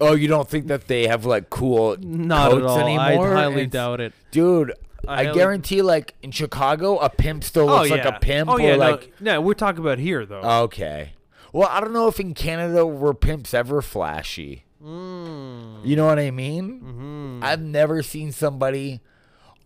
Speaker 2: Oh, you don't think that they have like cool
Speaker 1: Not
Speaker 2: coats
Speaker 1: at all.
Speaker 2: anymore?
Speaker 1: I highly
Speaker 2: It's-
Speaker 1: doubt it.
Speaker 2: Dude,
Speaker 1: I
Speaker 2: I,
Speaker 1: highly-
Speaker 2: guarantee like in Chicago, a pimp still looks like a pimp
Speaker 1: Oh
Speaker 2: or
Speaker 1: yeah.
Speaker 2: like Uh,
Speaker 1: no, no, we're talking about here though.
Speaker 2: okay. Well, I don't know if in Canada were pimps ever flashy.
Speaker 1: mm.
Speaker 2: You know what I mean?
Speaker 1: Mhm.
Speaker 2: I've never seen somebody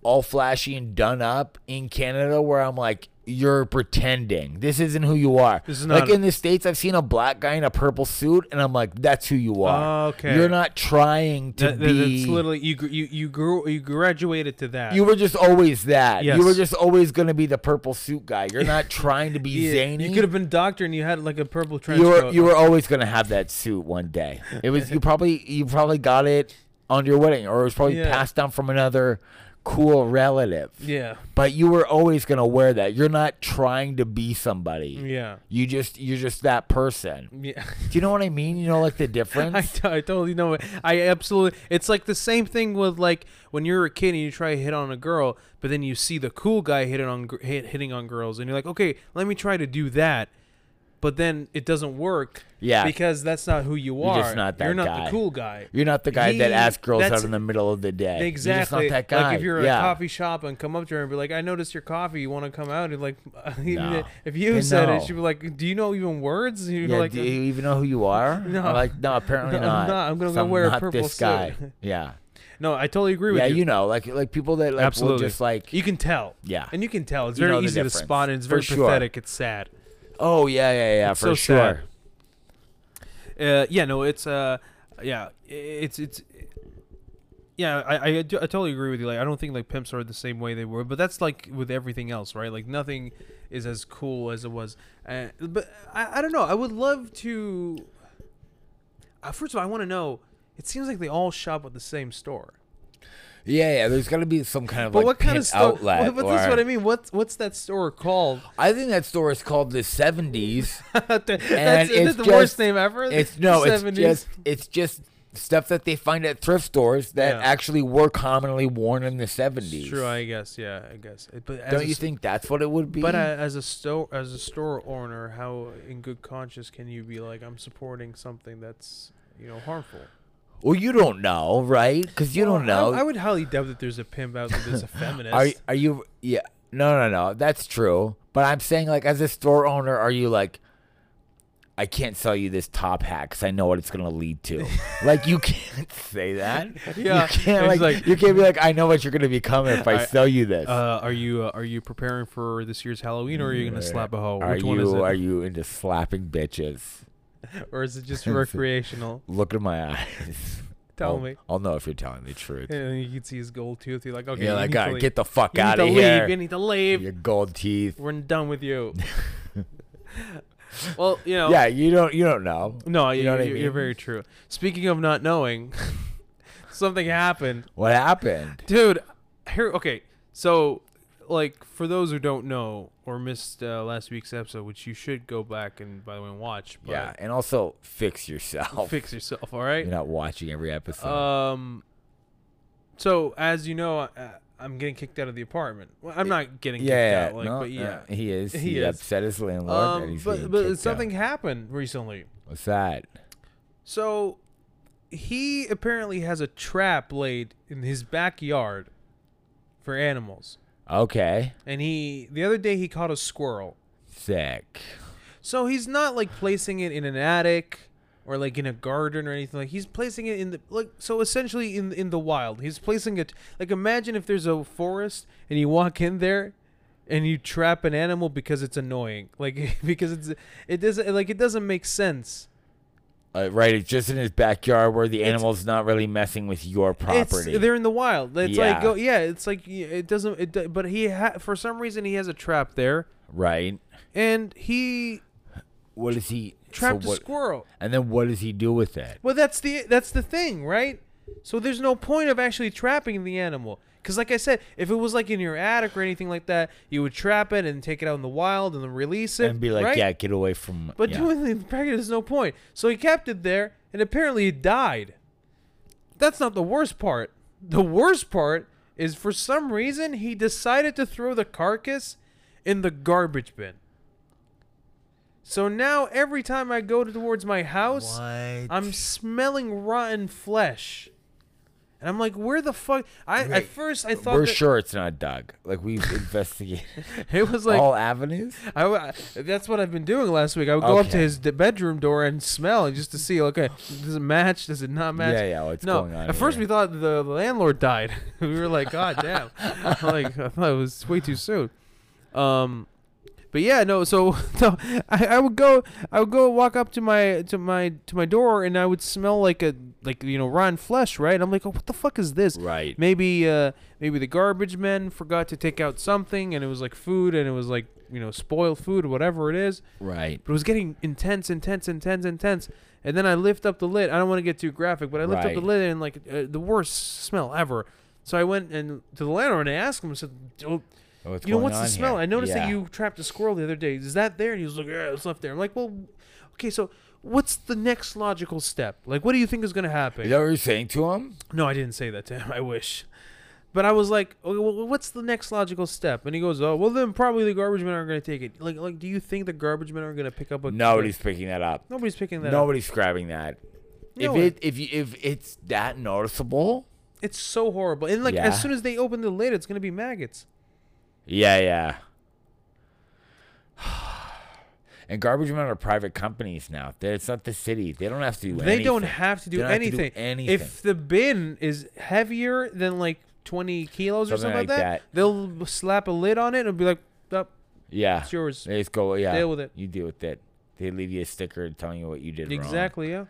Speaker 2: all flashy and done up in Canada where I'm like, you're pretending. This isn't who you are.
Speaker 1: This is
Speaker 2: like
Speaker 1: not-
Speaker 2: in the States, I've seen a black guy in a purple suit, and I'm like, that's who you are.
Speaker 1: Okay.
Speaker 2: You're not trying to
Speaker 1: That- that-
Speaker 2: be.
Speaker 1: that's literally you. gr- You you grew you graduated to that.
Speaker 2: You were just always that.
Speaker 1: Yes.
Speaker 2: You were just always going to be the purple suit guy. You're not trying to
Speaker 1: [laughs]
Speaker 2: be
Speaker 1: Yeah,
Speaker 2: zany.
Speaker 1: You could have been doctor and you had like a purple trench
Speaker 2: You were
Speaker 1: coat.
Speaker 2: you were always going to have that suit one day. It
Speaker 1: [laughs]
Speaker 2: was you probably you probably got it on your wedding or it was probably
Speaker 1: Yeah.
Speaker 2: passed down from another cool relative.
Speaker 1: yeah.
Speaker 2: But you were always going to wear that. You're not trying to be somebody.
Speaker 1: Yeah.
Speaker 2: You just you're just that person.
Speaker 1: Yeah. [laughs]
Speaker 2: Do you know what I mean? You know like the
Speaker 1: I
Speaker 2: difference?
Speaker 1: t- I totally know it. I absolutely. It's like the same thing with like when you're a kid and you try to hit on a girl, but then you see the cool guy hitting on gr- hit, hitting on girls, and you're like, okay, let me try to do that. But then it doesn't work.
Speaker 2: Yeah.
Speaker 1: Because that's not who you are.
Speaker 2: You're just not that
Speaker 1: You're not
Speaker 2: guy.
Speaker 1: the cool guy.
Speaker 2: You're not the guy that
Speaker 1: He-
Speaker 2: asks girls
Speaker 1: that's-
Speaker 2: out in the middle of the day. You're just
Speaker 1: Exactly.
Speaker 2: not that guy.
Speaker 1: Like if you're at
Speaker 2: yeah.
Speaker 1: a coffee shop and come up to her and be like, "I noticed your coffee. You want to come out?" And like, [laughs]
Speaker 2: No.
Speaker 1: if you
Speaker 2: Then
Speaker 1: said
Speaker 2: no.
Speaker 1: it, she'd be like, "Do you know even words?" And you'd be
Speaker 2: Yeah,
Speaker 1: like,
Speaker 2: do you even know who you are?
Speaker 1: [laughs] No.
Speaker 2: I'm like, no, apparently
Speaker 1: No, I'm
Speaker 2: not.
Speaker 1: not. I'm gonna
Speaker 2: So
Speaker 1: go wear a
Speaker 2: not
Speaker 1: purple
Speaker 2: this guy.
Speaker 1: suit.
Speaker 2: Yeah,
Speaker 1: "No, I totally agree with
Speaker 2: yeah,
Speaker 1: you."
Speaker 2: you know, like like people that like will
Speaker 1: Absolutely.
Speaker 2: just like,
Speaker 1: you can tell.
Speaker 2: yeah.
Speaker 1: And you can tell. It's
Speaker 2: You
Speaker 1: very
Speaker 2: know the
Speaker 1: easy to
Speaker 2: difference,
Speaker 1: spot and it's
Speaker 2: for
Speaker 1: very
Speaker 2: sure.
Speaker 1: pathetic. It's sad.
Speaker 2: oh yeah, yeah, yeah,
Speaker 1: It's
Speaker 2: for
Speaker 1: so
Speaker 2: sure.
Speaker 1: sad. Uh, yeah, no, it's uh yeah, i- it's it's yeah, I, I, do- I totally agree with you. Like, I don't think like pimps are the same way they were, but that's like with everything else, right? Like, nothing is as cool as it was. Uh, but I, I don't know. I would love to. Uh, first of all, I want to know. It seems like they all shop at the same store.
Speaker 2: Yeah, yeah. There's got to be some kind of
Speaker 1: But
Speaker 2: like
Speaker 1: what kind
Speaker 2: pimp
Speaker 1: of store? [laughs]
Speaker 2: outlet.
Speaker 1: but this is
Speaker 2: or-
Speaker 1: what I mean. What's what's that store called? [laughs]
Speaker 2: I think that store is called the '70s.
Speaker 1: that's that's
Speaker 2: And it's
Speaker 1: the worst
Speaker 2: just-
Speaker 1: name ever.
Speaker 2: It's
Speaker 1: [laughs]
Speaker 2: no,
Speaker 1: The
Speaker 2: it's
Speaker 1: 70s.
Speaker 2: just it's just stuff that they find at thrift stores that
Speaker 1: Yeah.
Speaker 2: actually were commonly worn in the '70s.
Speaker 1: It's true, I guess. Yeah, I guess. It- But as
Speaker 2: Don't
Speaker 1: a
Speaker 2: you
Speaker 1: s-
Speaker 2: think that's what it would be?
Speaker 1: But uh, as a store, as a store owner, how in good conscience can you be like, I'm supporting something that's you know harmful?
Speaker 2: well, you don't know, right? Because you
Speaker 1: Well,
Speaker 2: don't know.
Speaker 1: I, I would highly doubt that there's a pimp out there that's a feminist.
Speaker 2: [laughs] Are are you? Yeah. No, no, no. That's true. But I'm saying, like, as a store owner, are you like, I can't sell you this top hat because I know what it's gonna
Speaker 1: [laughs]
Speaker 2: lead to. like, you can't say that.
Speaker 1: Yeah,
Speaker 2: You can't
Speaker 1: it's
Speaker 2: like,
Speaker 1: like-
Speaker 2: you can't be like, I know what you're gonna become if I,
Speaker 1: I-
Speaker 2: sell you this.
Speaker 1: uh, are you uh, are you preparing for this year's Halloween, or are you gonna slap a hoe?
Speaker 2: are
Speaker 1: Which
Speaker 2: you
Speaker 1: one is it?
Speaker 2: are you into slapping bitches?
Speaker 1: [laughs] or is it
Speaker 2: [laughs]
Speaker 1: just recreational?
Speaker 2: Look in my eyes.
Speaker 1: [laughs] Tell
Speaker 2: I'll-
Speaker 1: me.
Speaker 2: I'll know if you're telling the truth.
Speaker 1: And then you can see his gold tooth. You're like, okay,
Speaker 2: yeah,
Speaker 1: you
Speaker 2: like,
Speaker 1: need to
Speaker 2: "Ah,
Speaker 1: leave.
Speaker 2: get the fuck
Speaker 1: you need
Speaker 2: out
Speaker 1: to
Speaker 2: of
Speaker 1: leave.
Speaker 2: here.
Speaker 1: You [laughs] need to leave.
Speaker 2: [laughs] Your gold teeth.
Speaker 1: We're done with you. Well, you know.
Speaker 2: Yeah, you don't you don't know.
Speaker 1: No,
Speaker 2: You
Speaker 1: you
Speaker 2: know
Speaker 1: are
Speaker 2: what I
Speaker 1: you're
Speaker 2: mean?
Speaker 1: very true. Speaking of not knowing, [laughs] something happened,
Speaker 2: What happened?
Speaker 1: dude. Here, okay. So, like, for those who don't know or missed uh, last week's episode, which you should go back and by the way watch. But
Speaker 2: Yeah, Oh. and also fix yourself.
Speaker 1: Fix yourself, all right?
Speaker 2: [laughs] You're not watching every episode.
Speaker 1: Um. So as you know, I, I'm getting kicked out of the apartment. Well, I'm not getting kicked
Speaker 2: [laughs] yeah,
Speaker 1: out, like,
Speaker 2: no,
Speaker 1: but yeah.
Speaker 2: uh, he is. He,
Speaker 1: He is.
Speaker 2: upset his landlord. that
Speaker 1: um,
Speaker 2: he's
Speaker 1: but
Speaker 2: getting
Speaker 1: but
Speaker 2: kicked
Speaker 1: something
Speaker 2: Out.
Speaker 1: happened recently.
Speaker 2: What's that?
Speaker 1: So he apparently has a trap laid in his backyard for animals,
Speaker 2: Okay,
Speaker 1: and he the other day he caught a squirrel.
Speaker 2: sick.
Speaker 1: So he's not like placing it in an attic or like in a garden or anything. Like he's placing it in the like so essentially in in the wild. He's placing it like imagine if there's a forest and you walk in there and you trap an animal because it's annoying. Like [laughs] because it's it doesn't like it doesn't make sense.
Speaker 2: Uh, right, it's just in his backyard where the animal's not really messing with your property.
Speaker 1: It's, they're in the wild. It's
Speaker 2: Yeah.
Speaker 1: like go yeah, it's like yeah, it doesn't it do- but he ha- for some reason he has a trap there
Speaker 2: right.
Speaker 1: and he
Speaker 2: What is he so
Speaker 1: trapped a
Speaker 2: what-
Speaker 1: squirrel.
Speaker 2: And then what does he do with it?
Speaker 1: Well, that's the that's the thing, right? So there's no point of actually trapping the animal, because like I said, if it was like in your attic or anything like that, you would trap it and take it out in the wild and then release it
Speaker 2: And be like,
Speaker 1: right?
Speaker 2: yeah, get away from.
Speaker 1: But
Speaker 2: yeah.
Speaker 1: doing it in the packet is no point. So he kept it there, and apparently it died. That's not the worst part. The worst part is for some reason he decided to throw the carcass in the garbage bin. So now every time I go towards my house, I'm smelling rotten flesh. And I'm like, where the fuck? I at
Speaker 2: Wait,
Speaker 1: first I thought
Speaker 2: We're
Speaker 1: that-
Speaker 2: sure it's not Doug. Like we've [laughs]
Speaker 1: [laughs]
Speaker 2: investigated
Speaker 1: it was like
Speaker 2: all avenues.
Speaker 1: I, w- I- that's what I've been doing last week. I would go up to
Speaker 2: Okay.
Speaker 1: his d- bedroom door and smell just to see, okay, does it match? Does it not match?
Speaker 2: Yeah, yeah, what's
Speaker 1: no.
Speaker 2: going on
Speaker 1: At first,
Speaker 2: here?
Speaker 1: we thought the landlord died. [laughs] we were like, God
Speaker 2: [laughs]
Speaker 1: damn! like I thought it was way too soon. Um, but yeah, no. So [laughs] no, I, I would go, I would go walk up to my to my to my door, and I would smell like a like you know rotten flesh, right? I'm like, oh, what the fuck is this?
Speaker 2: Right.
Speaker 1: maybe uh maybe the garbage men forgot to take out something and it was like food and it was like you know spoiled food or whatever it is
Speaker 2: Right.
Speaker 1: but it was getting intense intense intense intense and then i lift up the lid i don't want to get too graphic but i lift up
Speaker 2: Right.
Speaker 1: the lid and like uh, the worst smell ever so i went and to the landlord and i asked him i said "Oh,
Speaker 2: What's
Speaker 1: you know
Speaker 2: going
Speaker 1: what's
Speaker 2: on
Speaker 1: the smell
Speaker 2: here?
Speaker 1: i noticed that
Speaker 2: Yeah.
Speaker 1: you trapped a squirrel the other day is that there and he was like yeah it's left there i'm like well okay so what's the next logical step like what do you think is going to happen
Speaker 2: Is that what you're saying to him?
Speaker 1: no, I didn't say that to him. [laughs] I wish. But I was like, okay, well, what's the next logical step? And he goes, oh, well, then probably the garbage men aren't going to take it. Like, like, do you think the garbage men are going to pick up a...
Speaker 2: Nobody's picking that up.
Speaker 1: Nobody's picking that up.
Speaker 2: Nobody's grabbing that.
Speaker 1: No
Speaker 2: if
Speaker 1: way.
Speaker 2: it if you if it's that noticeable,
Speaker 1: It's so horrible. And, like,
Speaker 2: Yeah.
Speaker 1: as soon as they open the lid, it's going to be maggots.
Speaker 2: yeah, yeah. [sighs] And garbage men are private companies now. They're, it's not the city. They don't have to do
Speaker 1: They don't
Speaker 2: anything.
Speaker 1: have to
Speaker 2: They
Speaker 1: do
Speaker 2: don't have to do
Speaker 1: anything.
Speaker 2: anything.
Speaker 1: If the bin is heavier than, like, 20 kilos or
Speaker 2: Something
Speaker 1: something like
Speaker 2: like
Speaker 1: that, they'll slap a lid on it and be like, oh,
Speaker 2: yeah.
Speaker 1: it's yours.
Speaker 2: They just go, yeah.
Speaker 1: Deal with it.
Speaker 2: You deal with it. They leave you a sticker telling you what you did
Speaker 1: Exactly, yeah.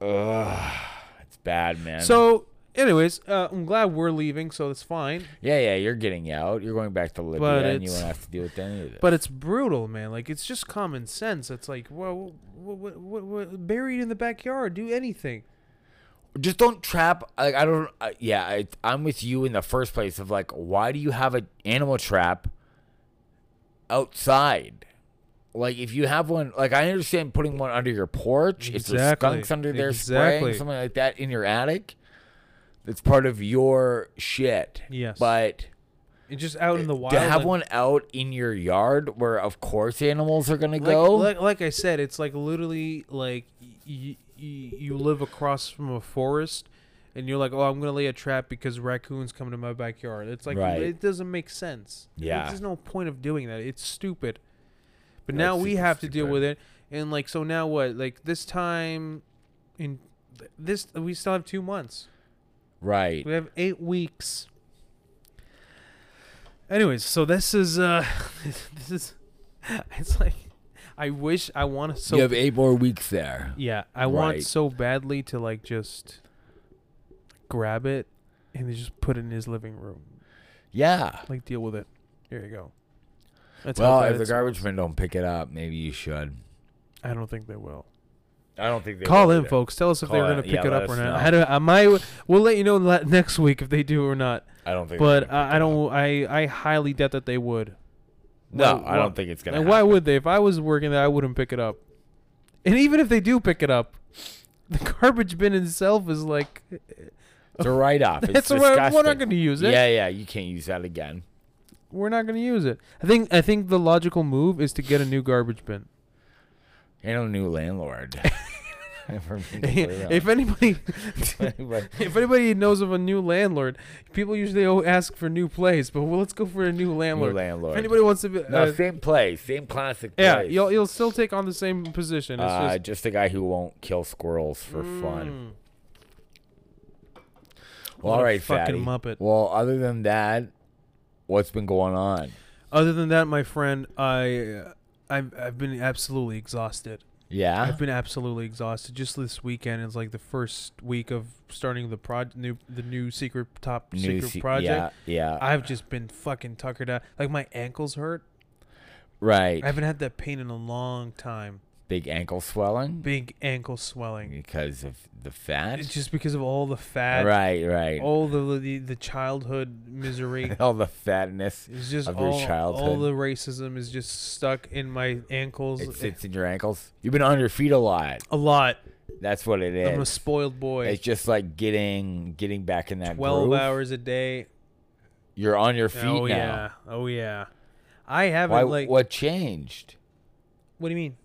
Speaker 2: wrong. Ugh, it's bad, man.
Speaker 1: So, anyways, uh, I'm glad we're leaving, so that's fine.
Speaker 2: yeah, yeah, you're getting out. You're going back to
Speaker 1: But
Speaker 2: Libya, and you
Speaker 1: it's-
Speaker 2: won't have to deal with any of this.
Speaker 1: But it's brutal, man. Like it's just common sense. It's like, well, what, what, what, what, buried in the backyard, do anything.
Speaker 2: just don't trap. Like I don't. Uh, yeah, I, I'm with you in the first place. Of like, why do you have an animal trap outside? Like if you have one, like I understand putting one under your porch. If there's
Speaker 1: Exactly.
Speaker 2: skunks under there
Speaker 1: Exactly.
Speaker 2: spraying something like that in your attic, that's part of your shit.
Speaker 1: Yes.
Speaker 2: But
Speaker 1: It's just out in the wild.
Speaker 2: Eh, to have
Speaker 1: like-
Speaker 2: one out in your yard where of course animals are gonna
Speaker 1: like,
Speaker 2: go.
Speaker 1: Like, like I said, it's like literally like y- y- you live across from a forest, and you're like, oh, I'm gonna lay a trap because raccoons come to my backyard. It's like
Speaker 2: Right.
Speaker 1: it doesn't make sense. Like,
Speaker 2: Yeah.
Speaker 1: there's no point of doing that. It's stupid. But
Speaker 2: No,
Speaker 1: now
Speaker 2: it's
Speaker 1: we
Speaker 2: super
Speaker 1: have to deal
Speaker 2: stupid.
Speaker 1: with it, and like so now what? Like this time, in th- this we still have two months.
Speaker 2: right.
Speaker 1: We have eight weeks. Anyways, so this is uh [laughs] this is [laughs] it's like I wish I want to so
Speaker 2: you have eight more weeks there.
Speaker 1: yeah, I
Speaker 2: Right.
Speaker 1: want so badly to like just grab it and then just put it in his living room.
Speaker 2: Yeah.
Speaker 1: Like deal with it. Here you go. Let's hope
Speaker 2: well,
Speaker 1: that
Speaker 2: if the
Speaker 1: it's-
Speaker 2: garbage men don't pick it up, maybe you should.
Speaker 1: I don't think they will.
Speaker 2: I don't think they
Speaker 1: Call
Speaker 2: will
Speaker 1: in,
Speaker 2: either.
Speaker 1: folks. Tell us if
Speaker 2: Call
Speaker 1: they're
Speaker 2: in.
Speaker 1: going to pick
Speaker 2: Yeah,
Speaker 1: it
Speaker 2: let
Speaker 1: up or
Speaker 2: us
Speaker 1: not.
Speaker 2: know.
Speaker 1: I don't. I might. We'll let you know le- [laughs] next week if they do or not.
Speaker 2: I don't think. they're
Speaker 1: But uh,
Speaker 2: gonna pick
Speaker 1: I
Speaker 2: it up.
Speaker 1: don't. I I highly doubt that they would.
Speaker 2: No,
Speaker 1: Why-
Speaker 2: I
Speaker 1: why-
Speaker 2: don't think it's gonna.
Speaker 1: And why
Speaker 2: happen.
Speaker 1: would they? If I was working there, I wouldn't pick it up. And even if they do pick it up, [laughs] the garbage bin itself is like, [laughs]
Speaker 2: It's a write-off. It's
Speaker 1: It's a write- we're not
Speaker 2: disgusting.
Speaker 1: gonna use it.
Speaker 2: Yeah, yeah. You can't use that again.
Speaker 1: we're not going to use it. I think I think the logical move is to get a new garbage
Speaker 2: [laughs]
Speaker 1: bin.
Speaker 2: Ain't no new landlord. Never been completely
Speaker 1: [laughs] if anybody,
Speaker 2: honest. [laughs] But
Speaker 1: if anybody [laughs] knows of a new landlord, people usually o- ask for new place. But well, let's go for a new [laughs]
Speaker 2: new
Speaker 1: landlord. If
Speaker 2: landlord.
Speaker 1: anybody wants to, be,
Speaker 2: no,
Speaker 1: uh,
Speaker 2: same place, same classic place.
Speaker 1: yeah, you'll you'll still take on the same position. It's
Speaker 2: uh,
Speaker 1: just
Speaker 2: just, a guy who won't kill squirrels for fun.
Speaker 1: Mm.
Speaker 2: Well,
Speaker 1: What
Speaker 2: all
Speaker 1: a
Speaker 2: right,
Speaker 1: fucking
Speaker 2: fatty.
Speaker 1: Muppet.
Speaker 2: Well, other than that, what's been going on?
Speaker 1: Other than that, my friend, I uh, I've, I've been absolutely exhausted.
Speaker 2: Yeah,
Speaker 1: I've been absolutely exhausted. Just this weekend is like the first week of starting the prod new the new secret top secret
Speaker 2: se-
Speaker 1: project.
Speaker 2: Yeah, yeah.
Speaker 1: I've just been fucking tuckered out. Like my ankles hurt.
Speaker 2: right.
Speaker 1: I haven't had that pain in a long time.
Speaker 2: Big ankle swelling
Speaker 1: Big ankle swelling.
Speaker 2: because of the fat.
Speaker 1: It's just because of all the fat,
Speaker 2: right, right.
Speaker 1: all the, the the childhood
Speaker 2: [laughs]
Speaker 1: misery.
Speaker 2: All the fatness.
Speaker 1: It's just
Speaker 2: Of your
Speaker 1: all, all
Speaker 2: childhood.
Speaker 1: the racism is just stuck in my ankles.
Speaker 2: It sits in your ankles. You've been on your feet a lot.
Speaker 1: a lot.
Speaker 2: That's what it
Speaker 1: I'm a
Speaker 2: is.
Speaker 1: spoiled boy.
Speaker 2: It's just like getting getting back in that
Speaker 1: 12
Speaker 2: groove.
Speaker 1: hours a day.
Speaker 2: You're on your feet
Speaker 1: oh,
Speaker 2: now.
Speaker 1: yeah. Oh, yeah. I haven't,
Speaker 2: Why,
Speaker 1: like. What?
Speaker 2: what changed?
Speaker 1: do you mean?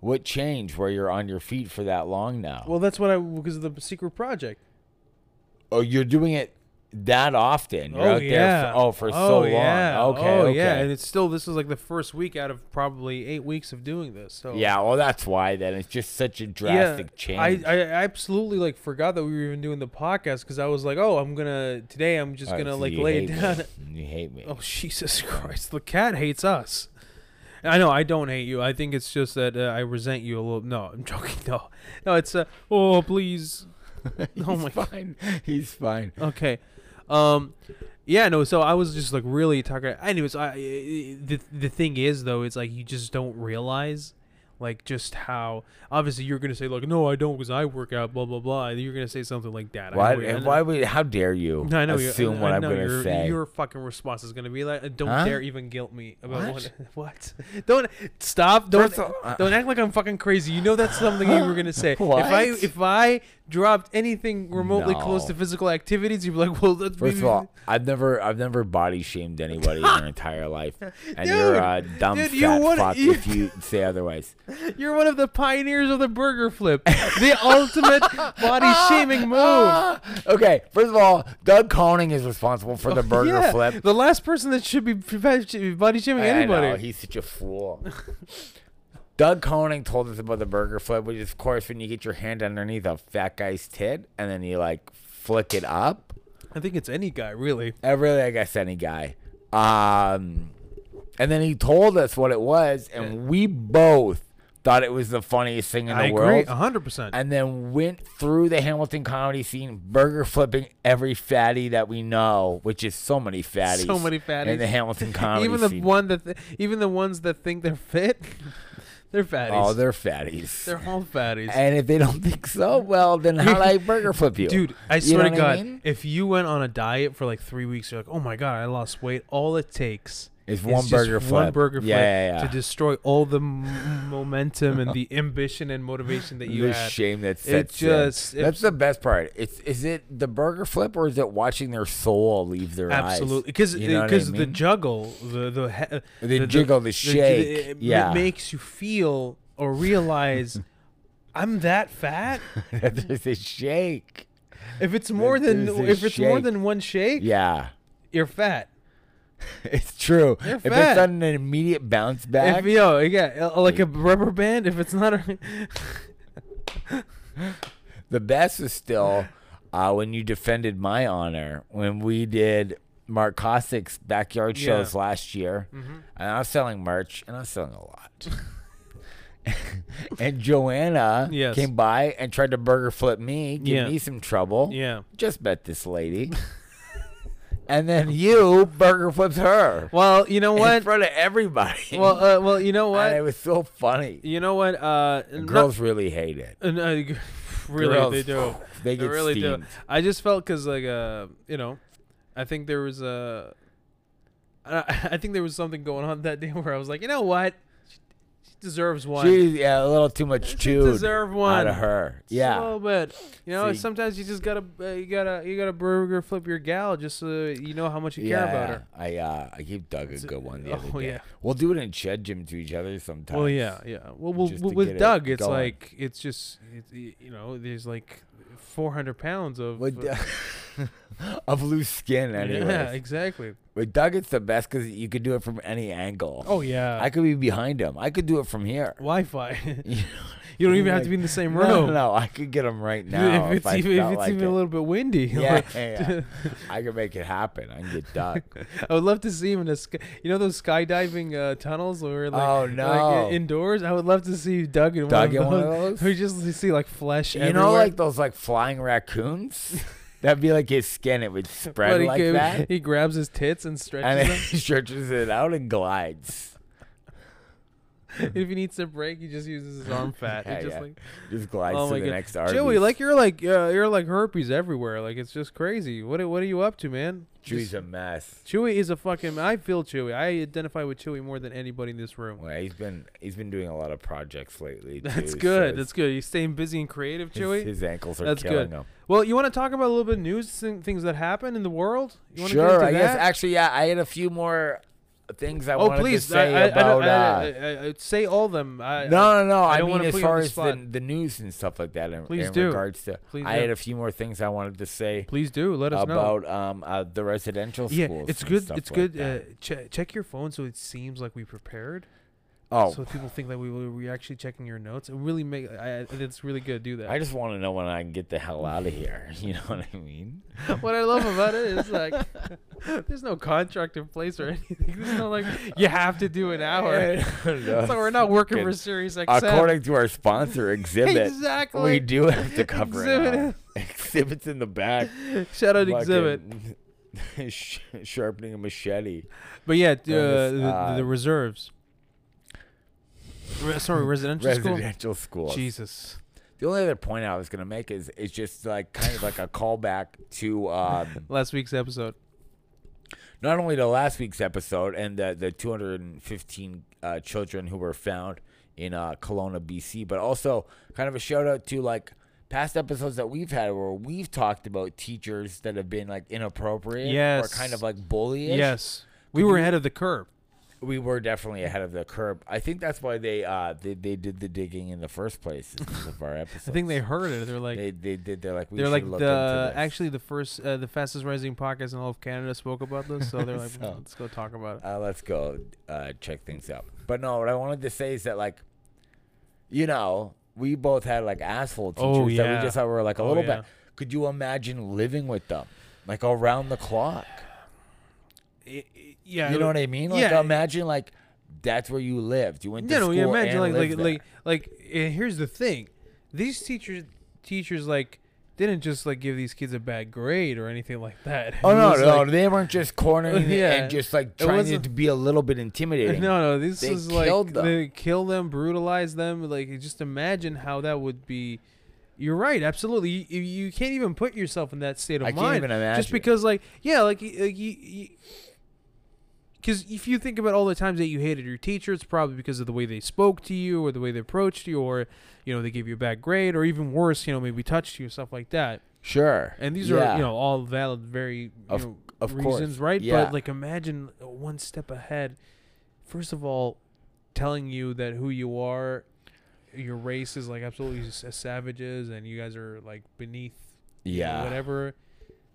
Speaker 2: What changed where you're on your feet for that long now?
Speaker 1: Well, that's what I. Because of the secret project.
Speaker 2: oh, you're doing it that often. You're
Speaker 1: oh,
Speaker 2: out
Speaker 1: yeah.
Speaker 2: there for, oh, for
Speaker 1: Oh,
Speaker 2: so long.
Speaker 1: yeah.
Speaker 2: Okay,
Speaker 1: Oh,
Speaker 2: okay.
Speaker 1: yeah. And it's still. This is like the first week out of probably eight weeks of doing this. So.
Speaker 2: Yeah, well that's why then it's just such a
Speaker 1: Yeah,
Speaker 2: drastic change.
Speaker 1: I, I absolutely like forgot that we were even doing the podcast because I was like, oh, I'm gonna today. I'm just
Speaker 2: All right,
Speaker 1: gonna
Speaker 2: Oh, so
Speaker 1: like
Speaker 2: you
Speaker 1: lay it
Speaker 2: hate
Speaker 1: down.
Speaker 2: Me. [laughs] You hate me.
Speaker 1: [laughs] Oh Jesus Christ! The cat hates us. I know I don't hate you. I think it's just that uh, I resent you a little. No, I'm [laughs] joking. No, no, it's uh, oh please.
Speaker 2: He's
Speaker 1: oh my-
Speaker 2: fine. He's fine.
Speaker 1: Okay, um, yeah, no. So I was just like really talking. Anyways, I the the thing is though, it's like you just don't realize. Like just how obviously you're gonna say like no I don't because I work out blah blah blah and you're gonna say something like that. I
Speaker 2: Why?
Speaker 1: know you're-
Speaker 2: And why would? How dare you?
Speaker 1: I know you're-
Speaker 2: assume what
Speaker 1: I
Speaker 2: am
Speaker 1: know
Speaker 2: going
Speaker 1: your,
Speaker 2: to say.
Speaker 1: Your fucking response is gonna be like, uh, "Don't
Speaker 2: Huh?
Speaker 1: dare even guilt me about what? [laughs]
Speaker 2: What?
Speaker 1: What? Don't stop! Don't
Speaker 2: First of all, uh,
Speaker 1: don't act like I'm fucking crazy. You know that's something you were gonna
Speaker 2: [laughs]
Speaker 1: say. If I
Speaker 2: What?
Speaker 1: if I dropped anything remotely close
Speaker 2: No.
Speaker 1: to physical activities, you'd be like, "Well, that's
Speaker 2: First of
Speaker 1: maybe-
Speaker 2: all, I've never, I've never body
Speaker 1: [laughs]
Speaker 2: shamed anybody in their entire life, and you're a
Speaker 1: Dude,
Speaker 2: dumb
Speaker 1: dude,
Speaker 2: fat
Speaker 1: you wouldn't-
Speaker 2: fuck
Speaker 1: you-
Speaker 2: if you say otherwise.
Speaker 1: [laughs] you're one of the pioneers of the burger flip, the
Speaker 2: [laughs]
Speaker 1: ultimate body shaming [laughs] move."
Speaker 2: Ah! okay, first of all, Doug Coning is
Speaker 1: [laughs]
Speaker 2: responsible for the [laughs] burger
Speaker 1: Yeah,
Speaker 2: flip.
Speaker 1: The last person that should be body shaming
Speaker 2: I-
Speaker 1: anybody.
Speaker 2: I know, he's such a fool.
Speaker 1: [laughs]
Speaker 2: Doug Coning told us about the burger flip, which is, of course, when you get your hand underneath a fat guy's tit and then you like flick it up.
Speaker 1: I think it's any guy really.
Speaker 2: I really, I guess, any guy. Um, and then he told us what it was, and we both thought it was the funniest thing in the
Speaker 1: I agree, uh-huh.
Speaker 2: world.
Speaker 1: hundred percent.
Speaker 2: And then went through the Hamilton comedy scene, burger flipping every fatty that we know, which is so many fatties.
Speaker 1: So many
Speaker 2: in the
Speaker 1: fatties. [laughs]
Speaker 2: Hamilton comedy
Speaker 1: even the
Speaker 2: scene.
Speaker 1: one that th- even the ones that think they're fit, [laughs] they're fatties.
Speaker 2: oh,
Speaker 1: they're,
Speaker 2: they're fatties.
Speaker 1: all fatties.
Speaker 2: and if they don't think so, well, then
Speaker 1: [laughs]
Speaker 2: how'd I burger flip you,
Speaker 1: Dude, I
Speaker 2: You
Speaker 1: swear
Speaker 2: know
Speaker 1: to
Speaker 2: what I
Speaker 1: God,
Speaker 2: mean?
Speaker 1: if you went on a diet for like three weeks, you're like, oh my God, I lost weight. All it takes
Speaker 2: Is one
Speaker 1: just
Speaker 2: burger
Speaker 1: One
Speaker 2: flip.
Speaker 1: burger flip
Speaker 2: Yeah, yeah, yeah.
Speaker 1: to destroy all the m- [laughs] momentum and the ambition and motivation that you
Speaker 2: the
Speaker 1: had.
Speaker 2: shame that sets in.
Speaker 1: just- it-
Speaker 2: That's the best part. It's is it the burger flip or is it watching their soul leave their
Speaker 1: Absolutely,
Speaker 2: eyes?
Speaker 1: because
Speaker 2: You know what I
Speaker 1: the
Speaker 2: [laughs] mean?
Speaker 1: juggle, the the he-
Speaker 2: The jiggle, the shake,
Speaker 1: it
Speaker 2: yeah.
Speaker 1: makes you feel or
Speaker 2: [laughs]
Speaker 1: realize I'm that fat.
Speaker 2: there's a shake.
Speaker 1: If it's more than
Speaker 2: there's a
Speaker 1: if it's more
Speaker 2: shake.
Speaker 1: than one shake, [laughs]
Speaker 2: Yeah,
Speaker 1: you're fat.
Speaker 2: it's true.
Speaker 1: You're
Speaker 2: if
Speaker 1: fat.
Speaker 2: it's not an immediate bounce back,
Speaker 1: If yo, yeah, uh, like a rubber band. If it's not, a,
Speaker 2: the best is still uh, when you defended my honor when we did Mark Cossack's backyard
Speaker 1: Yeah. Mm-hmm.
Speaker 2: shows last year, and I was selling merch and I was selling a lot. [laughs] and Joanna
Speaker 1: Yes.
Speaker 2: came by and tried to burger flip me, give
Speaker 1: Yeah.
Speaker 2: me some trouble.
Speaker 1: yeah, [laughs]
Speaker 2: Just bet this lady. and then you burger flipped her
Speaker 1: Well, you know
Speaker 2: in
Speaker 1: what?
Speaker 2: front of everybody.
Speaker 1: Well, uh, well, you know
Speaker 2: [laughs] and it
Speaker 1: what?
Speaker 2: was so funny.
Speaker 1: You know what? Uh, not- [laughs]
Speaker 2: Girls really hate it.
Speaker 1: uh, [laughs] no, really,
Speaker 2: Girls,
Speaker 1: they do.
Speaker 2: [laughs] They
Speaker 1: They
Speaker 2: get
Speaker 1: really do.
Speaker 2: steamed.
Speaker 1: I just felt because, like, uh, you know, I think there was a, I [laughs] I think there was something going on that day [laughs] where I was like, you know what, she, she deserves one.
Speaker 2: She, yeah, a little too much
Speaker 1: she
Speaker 2: chewed
Speaker 1: deserve
Speaker 2: out
Speaker 1: one.
Speaker 2: of her.
Speaker 1: a
Speaker 2: Yeah,
Speaker 1: little bit. You know,
Speaker 2: See-
Speaker 1: sometimes you just gotta, uh, you gotta, you gotta burger flip your gal just so you know how much you
Speaker 2: yeah.
Speaker 1: care about her.
Speaker 2: I uh, I keep dug a
Speaker 1: It's a-
Speaker 2: good one
Speaker 1: [laughs]
Speaker 2: the
Speaker 1: oh,
Speaker 2: other day.
Speaker 1: yeah.
Speaker 2: We'll do it in shed gym to each other sometimes.
Speaker 1: Well, yeah, yeah. Well, well
Speaker 2: Just
Speaker 1: w-
Speaker 2: to get
Speaker 1: with
Speaker 2: it
Speaker 1: Doug, it's
Speaker 2: going.
Speaker 1: like it's just, it's, you know, there's like 400 pounds of.
Speaker 2: With,
Speaker 1: uh,
Speaker 2: [laughs] of loose skin, anyway.
Speaker 1: [laughs] yeah, exactly.
Speaker 2: With Doug, it's the best because you could do it from any angle.
Speaker 1: Oh yeah.
Speaker 2: I could be behind him. I could do it from here.
Speaker 1: [laughs]
Speaker 2: [laughs]
Speaker 1: Wi-Fi.
Speaker 2: You know,
Speaker 1: [laughs] You don't
Speaker 2: he's
Speaker 1: even have
Speaker 2: like,
Speaker 1: to be in the same
Speaker 2: no,
Speaker 1: room.
Speaker 2: No, no, I could get him right
Speaker 1: [laughs]
Speaker 2: now.
Speaker 1: if
Speaker 2: If,
Speaker 1: it's,
Speaker 2: I
Speaker 1: even, if
Speaker 2: felt
Speaker 1: it's
Speaker 2: like
Speaker 1: even
Speaker 2: it.
Speaker 1: a little bit windy, [laughs]
Speaker 2: yeah,
Speaker 1: like,
Speaker 2: yeah,
Speaker 1: [laughs]
Speaker 2: I could make it happen. I can get Doug.
Speaker 1: I would love to see him in a sky, you know those skydiving uh, tunnels where like,
Speaker 2: Oh,
Speaker 1: like, in-
Speaker 2: no.
Speaker 1: indoors. I would love to see Doug in
Speaker 2: Doug
Speaker 1: one,
Speaker 2: in
Speaker 1: of
Speaker 2: one of
Speaker 1: those. [laughs]
Speaker 2: those?
Speaker 1: We just see like flesh.
Speaker 2: you
Speaker 1: everywhere.
Speaker 2: know, like those like
Speaker 1: [laughs]
Speaker 2: flying raccoons. That'd be like his skin. It would
Speaker 1: But
Speaker 2: spread
Speaker 1: he,
Speaker 2: like
Speaker 1: go- [laughs]
Speaker 2: that,
Speaker 1: he grabs his tits and stretches
Speaker 2: and
Speaker 1: them.
Speaker 2: [laughs] he stretches it out and glides. [laughs]
Speaker 1: [laughs] if he needs to break, he just uses his arm fat. He
Speaker 2: Yeah,
Speaker 1: just
Speaker 2: yeah.
Speaker 1: like
Speaker 2: Just glides
Speaker 1: Oh
Speaker 2: to
Speaker 1: my
Speaker 2: the
Speaker 1: God.
Speaker 2: next artist.
Speaker 1: Joey, like you're like uh, you're like herpes everywhere. Like it's just crazy. What are- what are you up to, man?
Speaker 2: Joey's a mess.
Speaker 1: Chewy is a fucking. I feel Chewy. I identify with Chewy more than anybody in this room.
Speaker 2: Well, he's been he's been doing a lot of projects
Speaker 1: [laughs]
Speaker 2: lately.
Speaker 1: That's
Speaker 2: too,
Speaker 1: good.
Speaker 2: So
Speaker 1: That's good. You're staying busy and creative,
Speaker 2: his,
Speaker 1: Chewy.
Speaker 2: his ankles are
Speaker 1: That's
Speaker 2: killing
Speaker 1: good.
Speaker 2: him.
Speaker 1: well, you want to talk about a little bit of news, thing, things that happen in the world? You wanna get
Speaker 2: Sure,
Speaker 1: into
Speaker 2: I guess
Speaker 1: that?
Speaker 2: actually, yeah, I had a few more things I
Speaker 1: oh,
Speaker 2: wanted
Speaker 1: please.
Speaker 2: to say
Speaker 1: I, I,
Speaker 2: about.
Speaker 1: I,
Speaker 2: uh,
Speaker 1: don't- I- I- I- I- say all of them. I,
Speaker 2: no, no, no.
Speaker 1: I
Speaker 2: I,
Speaker 1: don't
Speaker 2: mean,
Speaker 1: wanna put you
Speaker 2: as
Speaker 1: on
Speaker 2: far
Speaker 1: the
Speaker 2: as the,
Speaker 1: spot.
Speaker 2: the news and stuff like that, in,
Speaker 1: Please
Speaker 2: in
Speaker 1: do.
Speaker 2: regards to,
Speaker 1: Please
Speaker 2: I
Speaker 1: do.
Speaker 2: had a few more things I wanted to say
Speaker 1: please do. Let us know.
Speaker 2: about um uh, the residential schools.
Speaker 1: Yeah, it's
Speaker 2: and
Speaker 1: good.
Speaker 2: stuff
Speaker 1: It's
Speaker 2: like
Speaker 1: good.
Speaker 2: that.
Speaker 1: uh, che- check your phone so it seems like we prepared.
Speaker 2: oh,
Speaker 1: So people think that we were we actually checking your notes. It really make. I, I- it's really good. Do that.
Speaker 2: I just want to know when I can get the hell out of here. [laughs] You know what I mean?
Speaker 1: [laughs] what I love about it is like [laughs] there's no contract in place or [laughs] anything. There's no like you have to do an
Speaker 2: [laughs]
Speaker 1: [laughs] hour.
Speaker 2: so
Speaker 1: So we're not working for Sirius XM.
Speaker 2: According to our sponsor, Exhibit,
Speaker 1: exactly.
Speaker 2: we do have to cover
Speaker 1: Exhibit
Speaker 2: it. Up. [laughs] Exhibits in the back.
Speaker 1: Shout out exhibit.
Speaker 2: Fucking [laughs] sh- sharpening a machete.
Speaker 1: But yeah, uh,
Speaker 2: Oh, this,
Speaker 1: the, the
Speaker 2: uh,
Speaker 1: reserves. Re- sorry, residential school.
Speaker 2: Residential school.
Speaker 1: Jesus.
Speaker 2: The only other point I was gonna make is it's just like kind of like a callback to um,
Speaker 1: Last week's episode.
Speaker 2: not only to last week's episode and the the 215 uh, children who were found in uh, Kelowna, BC, but also kind of a shout out to like past episodes that we've had where we've talked about teachers that have been like inappropriate or
Speaker 1: Yes.
Speaker 2: kind of like bullyish.
Speaker 1: Yes. We were ahead of the curve.
Speaker 2: we were definitely ahead of the curve. I think that's why they uh they, they did the digging in the first place is 'cause of our
Speaker 1: [laughs]
Speaker 2: episode.
Speaker 1: I think they heard it. They're like
Speaker 2: they they did. They're like we
Speaker 1: they're
Speaker 2: should
Speaker 1: like
Speaker 2: look into
Speaker 1: the
Speaker 2: this.
Speaker 1: actually the first uh, the fastest rising podcast in all of Canada spoke about this, so
Speaker 2: [laughs]
Speaker 1: they're like
Speaker 2: So-
Speaker 1: let's go talk about it.
Speaker 2: Uh, let's go uh, check things out. But no, what I wanted to say is that like, you know, we both had like asshole teachers
Speaker 1: Oh,
Speaker 2: that
Speaker 1: yeah.
Speaker 2: we just thought were like a
Speaker 1: Oh,
Speaker 2: little
Speaker 1: yeah.
Speaker 2: bit. Could you imagine living with them, like around the clock?
Speaker 1: I- I- yeah,
Speaker 2: you
Speaker 1: it
Speaker 2: know
Speaker 1: wa-
Speaker 2: what I mean? Like
Speaker 1: yeah.
Speaker 2: imagine like that's where you lived. You went to
Speaker 1: you know,
Speaker 2: school
Speaker 1: you imagine
Speaker 2: and
Speaker 1: like like
Speaker 2: lived
Speaker 1: like like and here's the thing, these teachers teachers like didn't just like give these kids a bad grade or anything like that. [laughs]
Speaker 2: Oh
Speaker 1: It
Speaker 2: no,
Speaker 1: was,
Speaker 2: no,
Speaker 1: like-
Speaker 2: they weren't just
Speaker 1: [laughs]
Speaker 2: cornering it
Speaker 1: Yeah.
Speaker 2: and just like
Speaker 1: It
Speaker 2: trying
Speaker 1: wasn't-
Speaker 2: to be a little bit
Speaker 1: [laughs]
Speaker 2: intimidating.
Speaker 1: no, no, this
Speaker 2: They
Speaker 1: is like
Speaker 2: killed them.
Speaker 1: they kill them, brutalize them. Like just imagine how that would be. You're right, absolutely. You, you can't even put yourself in that state of
Speaker 2: I can't
Speaker 1: mind.
Speaker 2: even imagine.
Speaker 1: Just because, like, yeah, like, y- like you. you because if you think about all the times that you hated your teacher, it's probably because of the way they spoke to you, or the way they approached you, or you know they gave you a bad grade, or even worse, you know maybe touched you, stuff like that.
Speaker 2: sure.
Speaker 1: And these
Speaker 2: Yeah.
Speaker 1: are you know all valid, very you
Speaker 2: Of-
Speaker 1: know,
Speaker 2: of course.
Speaker 1: reasons, right?
Speaker 2: Yeah.
Speaker 1: But like, imagine one step ahead. First of all, telling you that who you are, your race is like absolutely s- savages, and you guys are like beneath you know,
Speaker 2: yeah,
Speaker 1: whatever.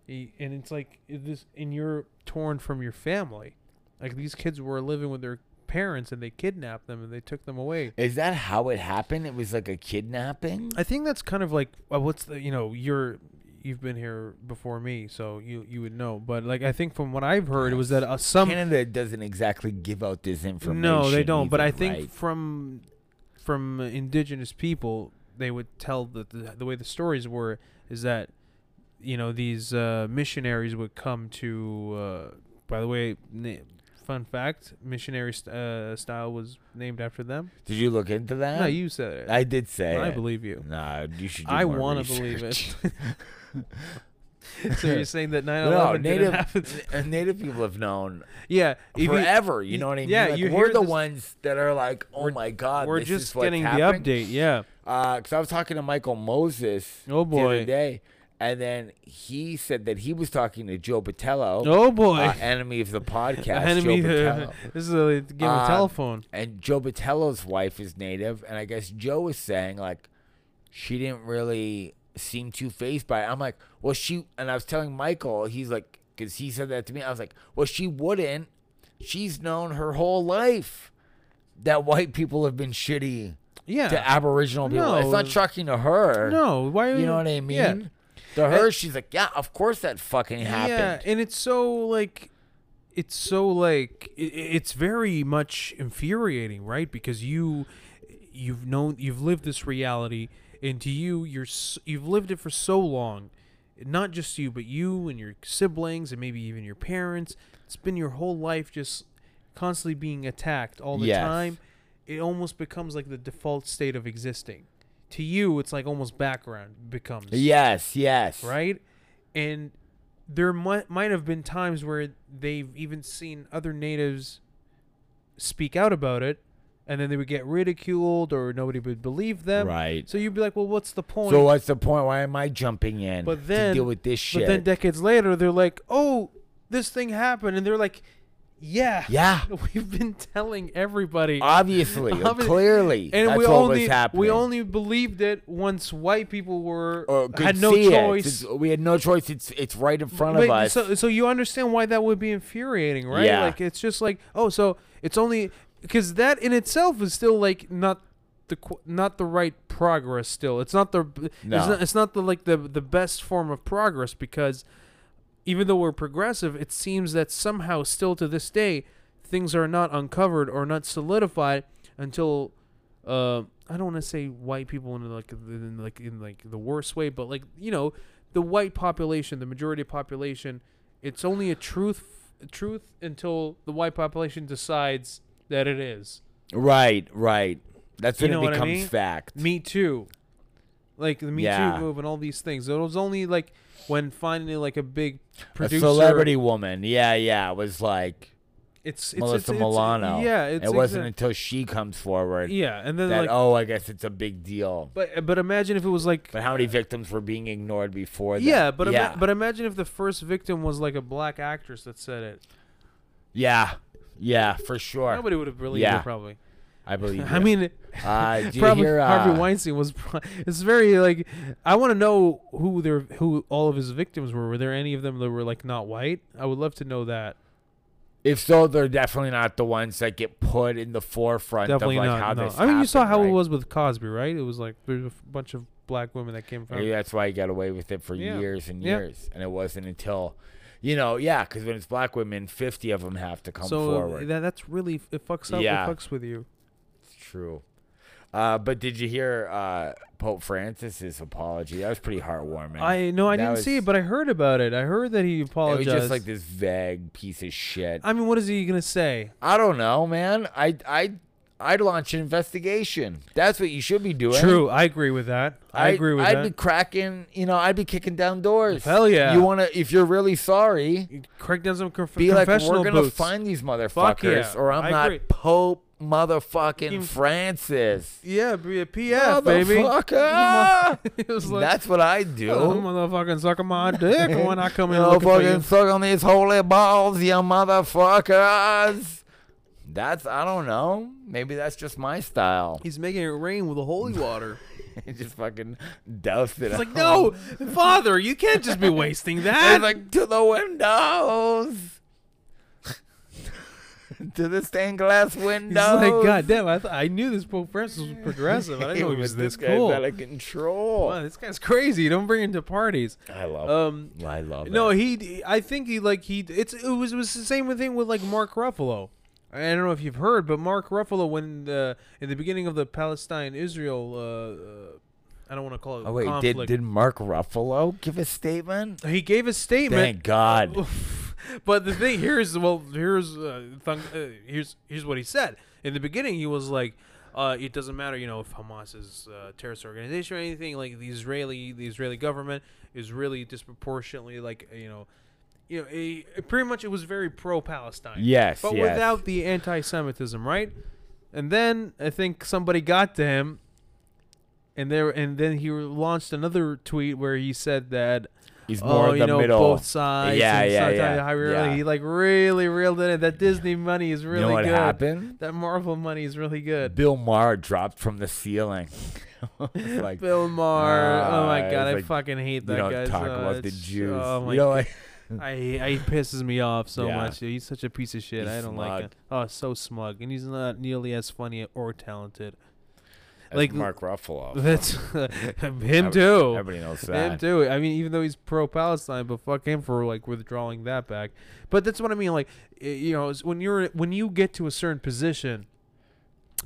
Speaker 1: E- And it's like it- this, and you're torn from your family. Like these kids were living with their parents, and they kidnapped them, and they took them away.
Speaker 2: Is that how it happened? It was like a kidnapping.
Speaker 1: I think that's kind of like uh, what's the you know you're you've been here before me, so you you would know. But like I think from what I've heard, it was that uh, some
Speaker 2: Canada doesn't exactly give out this information.
Speaker 1: no they don't. but
Speaker 2: either,
Speaker 1: I think
Speaker 2: right?
Speaker 1: from from indigenous people, they would tell the, the the way the stories were is that you know these uh, missionaries would come to. Uh, by the way, na- fun fact: missionary st- uh, style was named after them.
Speaker 2: Did you look into that?
Speaker 1: no, you said it.
Speaker 2: Uh, I did say.
Speaker 1: I
Speaker 2: it.
Speaker 1: believe you.
Speaker 2: Nah, you should. Do
Speaker 1: I
Speaker 2: want
Speaker 1: want
Speaker 2: to
Speaker 1: to believe
Speaker 2: [laughs]
Speaker 1: it. so you're saying that 9/11
Speaker 2: No,
Speaker 1: didn't
Speaker 2: native
Speaker 1: happen?
Speaker 2: n- native people have known
Speaker 1: Yeah, if you-
Speaker 2: forever. You know what I mean?
Speaker 1: yeah,
Speaker 2: Like,
Speaker 1: you
Speaker 2: we're
Speaker 1: hear
Speaker 2: the
Speaker 1: this-
Speaker 2: ones that are like, oh
Speaker 1: We're-
Speaker 2: my god,
Speaker 1: we're
Speaker 2: this
Speaker 1: just
Speaker 2: is what's
Speaker 1: getting
Speaker 2: happening.
Speaker 1: the update. Yeah.
Speaker 2: because I was talking to Michael Moses
Speaker 1: Oh,
Speaker 2: the
Speaker 1: boy.
Speaker 2: other day, and then he said that he was talking to Joe Patello,
Speaker 1: Oh boy.
Speaker 2: uh,
Speaker 1: [laughs]
Speaker 2: enemy of the podcast,
Speaker 1: enemy.
Speaker 2: Joe Patello.
Speaker 1: [laughs] this is a game
Speaker 2: Uh,
Speaker 1: of telephone.
Speaker 2: And Joe Patello's wife is native, and I guess Joe was saying like she didn't really seem too phased by it. I'm like, well, she and I was telling Michael, he's like, because he said that to me. I was like, well, she wouldn't. She's known her whole life that white people have been shitty
Speaker 1: Yeah.
Speaker 2: to Aboriginal people. It's not
Speaker 1: No.
Speaker 2: shocking to her.
Speaker 1: no. Why?
Speaker 2: Uh, You know what I mean?
Speaker 1: Yeah.
Speaker 2: To her, she's like, yeah, of course that fucking happened.
Speaker 1: Yeah, and it's so like, it's so like, i- i it's very much infuriating, right? Because you, you've known, you've lived this reality, and to you, you're s- you've lived it for so long, not just you, but you and your siblings, and maybe even your parents. It's been your whole life just constantly being attacked all the
Speaker 2: Yes.
Speaker 1: time. It almost becomes like the default state of existing. To you, it's like almost background becomes
Speaker 2: Yes, yes.
Speaker 1: right? And there might might have been times where they've even seen other natives speak out about it, and then they would get ridiculed or nobody would believe them.
Speaker 2: Right.
Speaker 1: So you'd be like, "Well, what's the point?"
Speaker 2: So what's the point? Why am I jumping in
Speaker 1: But then-
Speaker 2: to deal with this shit?
Speaker 1: but then decades later, they're like, "Oh, this thing happened," and they're like, "Yeah,
Speaker 2: yeah,
Speaker 1: [laughs] we've been telling everybody." [laughs]
Speaker 2: obviously,
Speaker 1: Obvi-
Speaker 2: clearly,
Speaker 1: and
Speaker 2: that's
Speaker 1: we
Speaker 2: what
Speaker 1: only
Speaker 2: was happening.
Speaker 1: we only believed it once white people were
Speaker 2: Or could
Speaker 1: had no
Speaker 2: see it.
Speaker 1: choice.
Speaker 2: It's- we had no choice. It's it's right in front
Speaker 1: Wait,
Speaker 2: of us.
Speaker 1: So, so you understand why that would be infuriating, right?
Speaker 2: Yeah.
Speaker 1: Like it's just like, oh, so it's only because that in itself is still like not the qu- not the right progress. Still, it's not the
Speaker 2: No.
Speaker 1: it's not it's not the like the the best form of progress because even though we're progressive, it seems that somehow still to this day things are not uncovered or not solidified until uh, I don't want to say white people in like in like in like the worst way, but like you know the white population, the majority population, it's only a truth truth until the white population decides that it is.
Speaker 2: right, right. That's
Speaker 1: You
Speaker 2: when
Speaker 1: know
Speaker 2: it
Speaker 1: what I
Speaker 2: becomes
Speaker 1: mean?
Speaker 2: fact.
Speaker 1: Me too. Like the Me
Speaker 2: Yeah.
Speaker 1: Too move and all these things. It was only like when finally like a big
Speaker 2: a
Speaker 1: producer
Speaker 2: celebrity woman. Yeah, yeah. Was like
Speaker 1: it's, it's
Speaker 2: Melissa
Speaker 1: it's, it's,
Speaker 2: Milano.
Speaker 1: yeah, it's
Speaker 2: it wasn't
Speaker 1: exa-
Speaker 2: until she comes forward
Speaker 1: yeah, and then
Speaker 2: that
Speaker 1: like
Speaker 2: oh, I guess it's a big deal.
Speaker 1: but but imagine if it was like
Speaker 2: But how many victims were being ignored before that?
Speaker 1: yeah, but ima-
Speaker 2: yeah,
Speaker 1: but imagine if the first victim was like a black actress that said it.
Speaker 2: yeah, yeah, for sure.
Speaker 1: Nobody would have believed
Speaker 2: Yeah.
Speaker 1: it probably.
Speaker 2: I
Speaker 1: [laughs]
Speaker 2: believe.
Speaker 1: I
Speaker 2: you.
Speaker 1: mean,
Speaker 2: uh, do you
Speaker 1: probably
Speaker 2: hear, uh,
Speaker 1: Harvey Weinstein was. pro- It's very like I want to know who their who all of his victims were. Were there any of them that were like not white? I would love to know that.
Speaker 2: If so, they're definitely not the ones that get put in the forefront
Speaker 1: Definitely
Speaker 2: of like
Speaker 1: not.
Speaker 2: how
Speaker 1: no.
Speaker 2: this.
Speaker 1: I mean, you saw
Speaker 2: happened,
Speaker 1: how it
Speaker 2: right?
Speaker 1: was with Cosby, right? It was like there's a f- bunch of black women that came from.
Speaker 2: Maybe that's why he got away with it for
Speaker 1: Yeah.
Speaker 2: years and
Speaker 1: Yeah.
Speaker 2: years, and it wasn't until, you know, yeah, because when it's black women, fifty of them have to come
Speaker 1: so uh,
Speaker 2: forward.
Speaker 1: That, that's really it fucks up.
Speaker 2: Yeah.
Speaker 1: It fucks with you.
Speaker 2: It's true. Uh, but did you hear uh, Pope Francis's apology? That was pretty heartwarming.
Speaker 1: I no, I
Speaker 2: That
Speaker 1: didn't see
Speaker 2: was-
Speaker 1: it, but I heard about it. I heard that he
Speaker 2: it was
Speaker 1: apologized.
Speaker 2: just like this vague piece of shit.
Speaker 1: I mean, what is he gonna say?
Speaker 2: I don't know, man. I I I'd launch an investigation. That's what you should be doing.
Speaker 1: True, I agree with that. I,
Speaker 2: I'd-
Speaker 1: agree with
Speaker 2: I'd
Speaker 1: that.
Speaker 2: be cracking, you know, I'd be kicking down doors.
Speaker 1: Hell yeah.
Speaker 2: You want to, if you're really sorry,
Speaker 1: Craig does some conf-
Speaker 2: be like, we're
Speaker 1: confessional
Speaker 2: going to
Speaker 1: booths.
Speaker 2: find these motherfuckers
Speaker 1: yeah.
Speaker 2: or I'm
Speaker 1: I
Speaker 2: not
Speaker 1: agree.
Speaker 2: Pope motherfucking
Speaker 1: Fucking-
Speaker 2: Francis.
Speaker 1: Yeah, be a PF, baby. [laughs]
Speaker 2: Motherfucker!
Speaker 1: it was like,
Speaker 2: That's what I do.
Speaker 1: "Oh, motherfucking sucking my
Speaker 2: [laughs]
Speaker 1: dick when I come in
Speaker 2: No
Speaker 1: looking for
Speaker 2: fucking
Speaker 1: you.
Speaker 2: suck on these holy balls, you motherfuckers. That's, I don't know. Maybe that's just my style. [laughs]
Speaker 1: He's making it rain with the holy water.
Speaker 2: just fucking douse it.
Speaker 1: It's like,
Speaker 2: all.
Speaker 1: no, father, you can't just be
Speaker 2: [laughs]
Speaker 1: wasting
Speaker 2: It's
Speaker 1: that. [laughs]
Speaker 2: like to the windows, [laughs] to the stained glass
Speaker 1: He's
Speaker 2: windows.
Speaker 1: like,
Speaker 2: [laughs]
Speaker 1: God damn, I, th- I knew this Pope Francis was progressive. I didn't know he was
Speaker 2: But
Speaker 1: this
Speaker 2: oh, guy's
Speaker 1: cool.
Speaker 2: Out of control.
Speaker 1: Wow, this guy's crazy. Don't bring him to parties.
Speaker 2: I love.
Speaker 1: Um,
Speaker 2: I love.
Speaker 1: No,
Speaker 2: it.
Speaker 1: he. I think he like he. It's it was it was the same thing with like Mark Ruffalo. I don't know if you've heard, but Mark Ruffalo, when the in the beginning of the Palestine Israel, uh, uh, I don't want to call it.
Speaker 2: Oh wait,
Speaker 1: conflict.
Speaker 2: did did Mark Ruffalo give a statement?
Speaker 1: he gave a statement?
Speaker 2: Thank God.
Speaker 1: [laughs] but the thing here is, well, here's uh, thung- uh, here's here's what he said in the beginning. He was like, uh, "It doesn't matter, you know, if Hamas is uh, a terrorist organization or anything. Like the Israeli, the Israeli government is really disproportionately, like, uh, you know, you know, a, pretty much it was very pro-Palestine.
Speaker 2: Yes,
Speaker 1: but
Speaker 2: yes.
Speaker 1: without the anti-Semitism, right? And then I think somebody got to him, and there, and then he launched another tweet where he said that
Speaker 2: He's more
Speaker 1: oh,
Speaker 2: in
Speaker 1: you
Speaker 2: the
Speaker 1: know,
Speaker 2: middle.
Speaker 1: both sides.
Speaker 2: Yeah,
Speaker 1: and
Speaker 2: yeah,
Speaker 1: sometimes
Speaker 2: yeah,
Speaker 1: how really-
Speaker 2: yeah.
Speaker 1: He like really reeled it in. That Disney money is really
Speaker 2: you know what
Speaker 1: good.
Speaker 2: happened?
Speaker 1: That Marvel money is really good.
Speaker 2: Bill Maher dropped from the ceiling. [laughs] It's like
Speaker 1: Bill Maher. oh my
Speaker 2: uh,
Speaker 1: god, I
Speaker 2: it's like,
Speaker 1: fucking hate
Speaker 2: you
Speaker 1: that
Speaker 2: don't
Speaker 1: guy.
Speaker 2: talk
Speaker 1: so
Speaker 2: about the
Speaker 1: much.
Speaker 2: Jews.
Speaker 1: Oh my
Speaker 2: you know, like,
Speaker 1: god, I, I he pisses me off so
Speaker 2: Yeah.
Speaker 1: much. He's such a piece of shit.
Speaker 2: He's
Speaker 1: I don't like
Speaker 2: smug.
Speaker 1: him. Oh, so smug, and he's not nearly as funny or talented. [laughs] [laughs]
Speaker 2: That's
Speaker 1: Like-
Speaker 2: Mark Ruffalo.
Speaker 1: That's him
Speaker 2: Every-
Speaker 1: too.
Speaker 2: Everybody knows
Speaker 1: Him
Speaker 2: that.
Speaker 1: too. I mean, even though he's pro Palestine, but fuck him for like withdrawing that back. But that's what I mean. Like, i- you know, it's when you're when you get to a certain position,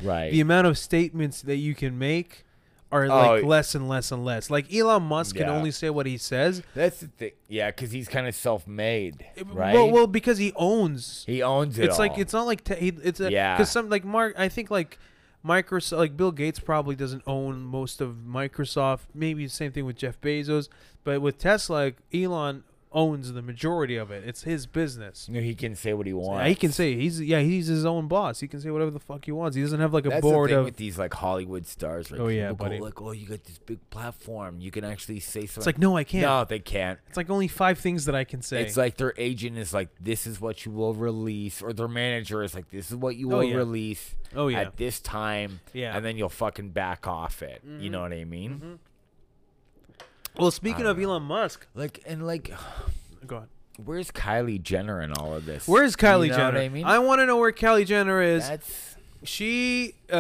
Speaker 2: Right.
Speaker 1: the amount of statements that you can make are like
Speaker 2: Oh.
Speaker 1: less and less and less. Like Elon Musk can
Speaker 2: Yeah.
Speaker 1: only say what he says.
Speaker 2: That's the thing. Yeah, because he's kind of self-made,
Speaker 1: It-
Speaker 2: right?
Speaker 1: Well, well, because he owns.
Speaker 2: he owns it.
Speaker 1: it's like
Speaker 2: all.
Speaker 1: it's not like te- he, it's a,
Speaker 2: Yeah.
Speaker 1: Because some like Mark, I think like. Microsoft, like Bill Gates, probably doesn't own most of Microsoft. Maybe the same thing with Jeff Bezos, but with Tesla, like, Elon owns the majority of it. It's his business.
Speaker 2: You know, he can say what he wants.
Speaker 1: Yeah, he can say he's yeah he's his own boss. He can say whatever the fuck he wants. He doesn't have like a
Speaker 2: That's
Speaker 1: board
Speaker 2: the thing
Speaker 1: of.
Speaker 2: with these like Hollywood stars. Right?
Speaker 1: Oh, yeah,
Speaker 2: People go
Speaker 1: buddy.
Speaker 2: Like, oh, you got this big platform. You can actually say something.
Speaker 1: it's like no, I can't.
Speaker 2: no, they can't.
Speaker 1: It's like only five things that I can say.
Speaker 2: It's like their agent is like, this is what you will release, or their manager is like, this is what you
Speaker 1: Oh,
Speaker 2: will
Speaker 1: yeah.
Speaker 2: release
Speaker 1: oh yeah,
Speaker 2: at this time,
Speaker 1: yeah. Mm-hmm.
Speaker 2: and then you'll fucking back off it. You know what I mean?
Speaker 1: well, speaking
Speaker 2: I
Speaker 1: of
Speaker 2: don't know.
Speaker 1: Elon Musk,
Speaker 2: Like, and like,
Speaker 1: go on.
Speaker 2: where's Kylie Jenner in all of this?
Speaker 1: Where's Kylie
Speaker 2: you know
Speaker 1: Jenner?
Speaker 2: What I mean,
Speaker 1: want to know where Kylie Jenner is.
Speaker 2: that's
Speaker 1: she, uh,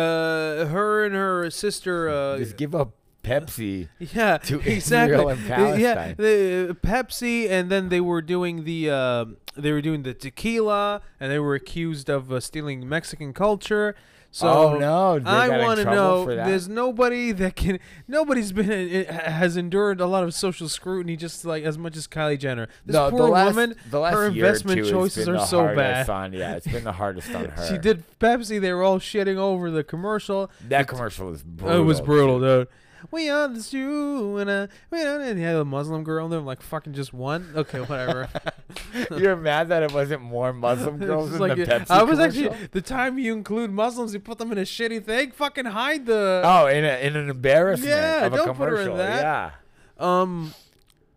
Speaker 1: her and her sister. Uh,
Speaker 2: just give up Pepsi.
Speaker 1: [laughs] yeah,
Speaker 2: to
Speaker 1: exactly.
Speaker 2: Israel and
Speaker 1: Uh, Yeah,
Speaker 2: Palestine.
Speaker 1: the Pepsi, and then they were doing the um they were doing the tequila, and they were accused of uh, stealing Mexican culture. So
Speaker 2: oh no! They
Speaker 1: I
Speaker 2: want to
Speaker 1: know.
Speaker 2: For that?
Speaker 1: There's nobody that can. Nobody's been it has endured a lot of social scrutiny just like as much as Kylie Jenner. This
Speaker 2: no,
Speaker 1: poor
Speaker 2: the last,
Speaker 1: woman.
Speaker 2: the last
Speaker 1: her
Speaker 2: year or
Speaker 1: investment
Speaker 2: two has
Speaker 1: choices
Speaker 2: been
Speaker 1: are
Speaker 2: the
Speaker 1: so
Speaker 2: hardest
Speaker 1: bad.
Speaker 2: On, yeah, it's been the hardest on her.
Speaker 1: [laughs] She did Pepsi. They were all shitting over the commercial.
Speaker 2: that commercial was brutal.
Speaker 1: it was brutal, dude. We are the Jew and uh, we are and yeah, the Muslim girl. And they're like fucking just one. Okay,
Speaker 2: [laughs]
Speaker 1: whatever.
Speaker 2: [laughs]
Speaker 1: [laughs]
Speaker 2: You're mad that it wasn't more Muslim
Speaker 1: It's
Speaker 2: girls
Speaker 1: just
Speaker 2: in
Speaker 1: like,
Speaker 2: the
Speaker 1: yeah,
Speaker 2: Pepsi
Speaker 1: I was
Speaker 2: commercial?
Speaker 1: actually the time you include Muslims, you put them in a shitty thing. Fucking hide the.
Speaker 2: Oh, in, a, in an embarrassment
Speaker 1: Yeah,
Speaker 2: of a
Speaker 1: don't put her in
Speaker 2: commercial.
Speaker 1: that.
Speaker 2: Yeah.
Speaker 1: Um,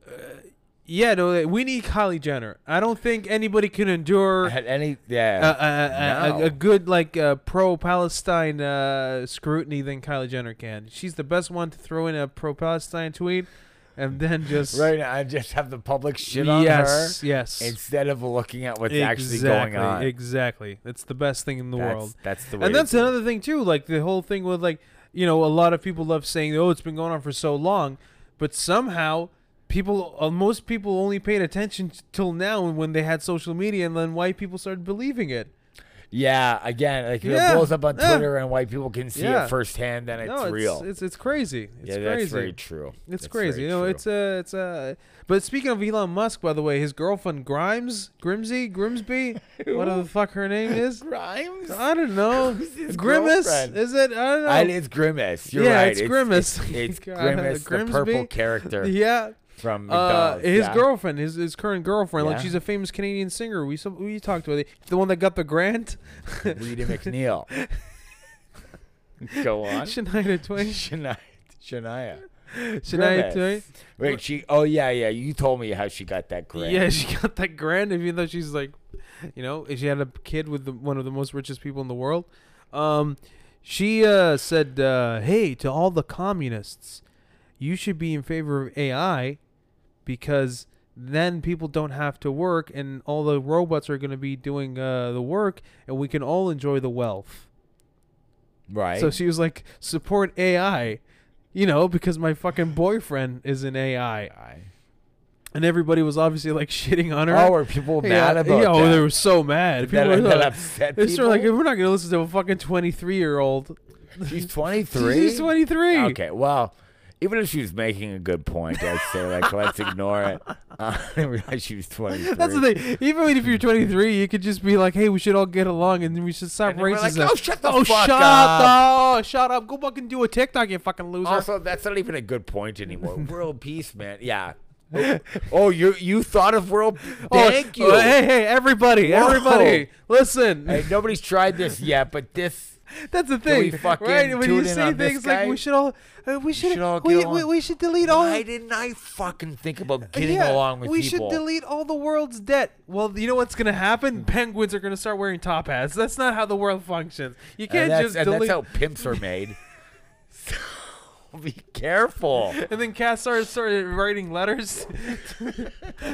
Speaker 1: uh, yeah, no, we need Kylie Jenner. I don't think anybody can endure
Speaker 2: Had any
Speaker 1: a,
Speaker 2: yeah.
Speaker 1: a, a,
Speaker 2: No.
Speaker 1: a good like uh, pro-Palestine uh, scrutiny than Kylie Jenner can. She's the best one to throw in a pro-Palestine tweet, and then just
Speaker 2: right now I just have the public shit on
Speaker 1: yes, yes,
Speaker 2: her instead of looking at what's actually
Speaker 1: exactly,
Speaker 2: going on.
Speaker 1: exactly. It's the best thing in the
Speaker 2: that's,
Speaker 1: world.
Speaker 2: That's the way
Speaker 1: And
Speaker 2: to
Speaker 1: that's
Speaker 2: do it.
Speaker 1: another thing too, like the whole thing with like you know a lot of people love saying oh it's been going on for so long, but somehow people uh, most people only paid attention t- till now when they had social media and then white people started believing it.
Speaker 2: Yeah, again, like if
Speaker 1: Yeah,
Speaker 2: it blows up on
Speaker 1: yeah.
Speaker 2: Twitter and white people can see
Speaker 1: Yeah.
Speaker 2: it firsthand, then it's
Speaker 1: no, it's
Speaker 2: real.
Speaker 1: It's it's crazy. It's
Speaker 2: yeah,
Speaker 1: crazy.
Speaker 2: that's very true.
Speaker 1: it's
Speaker 2: That's
Speaker 1: crazy.
Speaker 2: very
Speaker 1: You know,
Speaker 2: true.
Speaker 1: it's a it's a. But speaking of Elon Musk, by the way, his girlfriend Grimes Grimsy
Speaker 2: [laughs]
Speaker 1: Grimsby, whatever the fuck her name is.
Speaker 2: Grimes.
Speaker 1: I don't know.
Speaker 2: Who's his
Speaker 1: Grimace?
Speaker 2: girlfriend?
Speaker 1: Is it? I don't know.
Speaker 2: I, it's grimace. You're
Speaker 1: Yeah,
Speaker 2: right.
Speaker 1: it's Grimace.
Speaker 2: It's, it's
Speaker 1: [laughs] God,
Speaker 2: grimace, the purple
Speaker 1: Grimsby?
Speaker 2: character
Speaker 1: yeah.
Speaker 2: from
Speaker 1: Uh,
Speaker 2: McDonald's.
Speaker 1: his
Speaker 2: yeah.
Speaker 1: girlfriend, his, his current girlfriend, like
Speaker 2: Yeah.
Speaker 1: she's a famous Canadian singer. We some, we talked about it. The one that got the grant,
Speaker 2: Rita McNeil. Go on.
Speaker 1: [laughs] Shania Twain.
Speaker 2: Shania. Shania.
Speaker 1: Shania Twain.
Speaker 2: Grimace. Wait, she. Oh yeah, yeah. You told me how she got that grant.
Speaker 1: Yeah, [laughs] she got that grant, even though she's like, you know, she had a kid with the, one of the most richest people in the world. Um, she uh, said, uh, "Hey, to all the communists, you should be in favor of AI because then people don't have to work, and all the robots are going to be doing uh, the work, and we can all enjoy the wealth."
Speaker 2: Right.
Speaker 1: So she was like, "Support AI." You know, because my fucking boyfriend is in AI, and everybody was obviously like [laughs] shitting on her.
Speaker 2: Oh, were people mad
Speaker 1: yeah,
Speaker 2: about
Speaker 1: yeah, oh,
Speaker 2: that?
Speaker 1: they were so mad. People
Speaker 2: that,
Speaker 1: were
Speaker 2: that
Speaker 1: like,
Speaker 2: upset
Speaker 1: they
Speaker 2: people.
Speaker 1: were like, we're not gonna [laughs] listen to a fucking twenty-three year old.
Speaker 2: She's 23.
Speaker 1: She's twenty-three.
Speaker 2: Okay, well, even if she was making a good point, I'd say like let's ignore it. Uh, [laughs] I didn't realize she was twenty three.
Speaker 1: That's the thing. Even if you're 23, you could just be like, "Hey, we should all get along, and we should stop
Speaker 2: And then we're like,
Speaker 1: racism."
Speaker 2: "Oh, shut the
Speaker 1: oh,
Speaker 2: fuck
Speaker 1: shut
Speaker 2: up."
Speaker 1: the- shut up! Go fucking do a TikTok, you fucking loser.
Speaker 2: Also, that's not even a good point anymore. World peace, man. Yeah. Oh, oh, you you thought of world?
Speaker 1: Oh,
Speaker 2: Thank
Speaker 1: oh,
Speaker 2: you.
Speaker 1: hey, hey, everybody,
Speaker 2: Whoa.
Speaker 1: everybody, listen.
Speaker 2: Hey, nobody's tried this yet, but this
Speaker 1: [laughs] That's the
Speaker 2: Can
Speaker 1: thing,
Speaker 2: we fucking
Speaker 1: right? When you
Speaker 2: tune in
Speaker 1: see
Speaker 2: on this
Speaker 1: things like
Speaker 2: guy?
Speaker 1: we should all, uh, we should,
Speaker 2: should all
Speaker 1: we,
Speaker 2: get
Speaker 1: we,
Speaker 2: along.
Speaker 1: we should delete all.
Speaker 2: why didn't I fucking think about getting
Speaker 1: yeah,
Speaker 2: along with
Speaker 1: we
Speaker 2: people? Mm.
Speaker 1: should delete all the world's debt. Well, you know what's gonna happen? Penguins are gonna start wearing top hats. That's not how the world functions. You
Speaker 2: and
Speaker 1: can't
Speaker 2: that's,
Speaker 1: just
Speaker 2: and
Speaker 1: delete.
Speaker 2: that's how pimps are made. [laughs] so be
Speaker 1: [laughs]
Speaker 2: careful.
Speaker 1: And then Cass started, started writing letters [laughs] to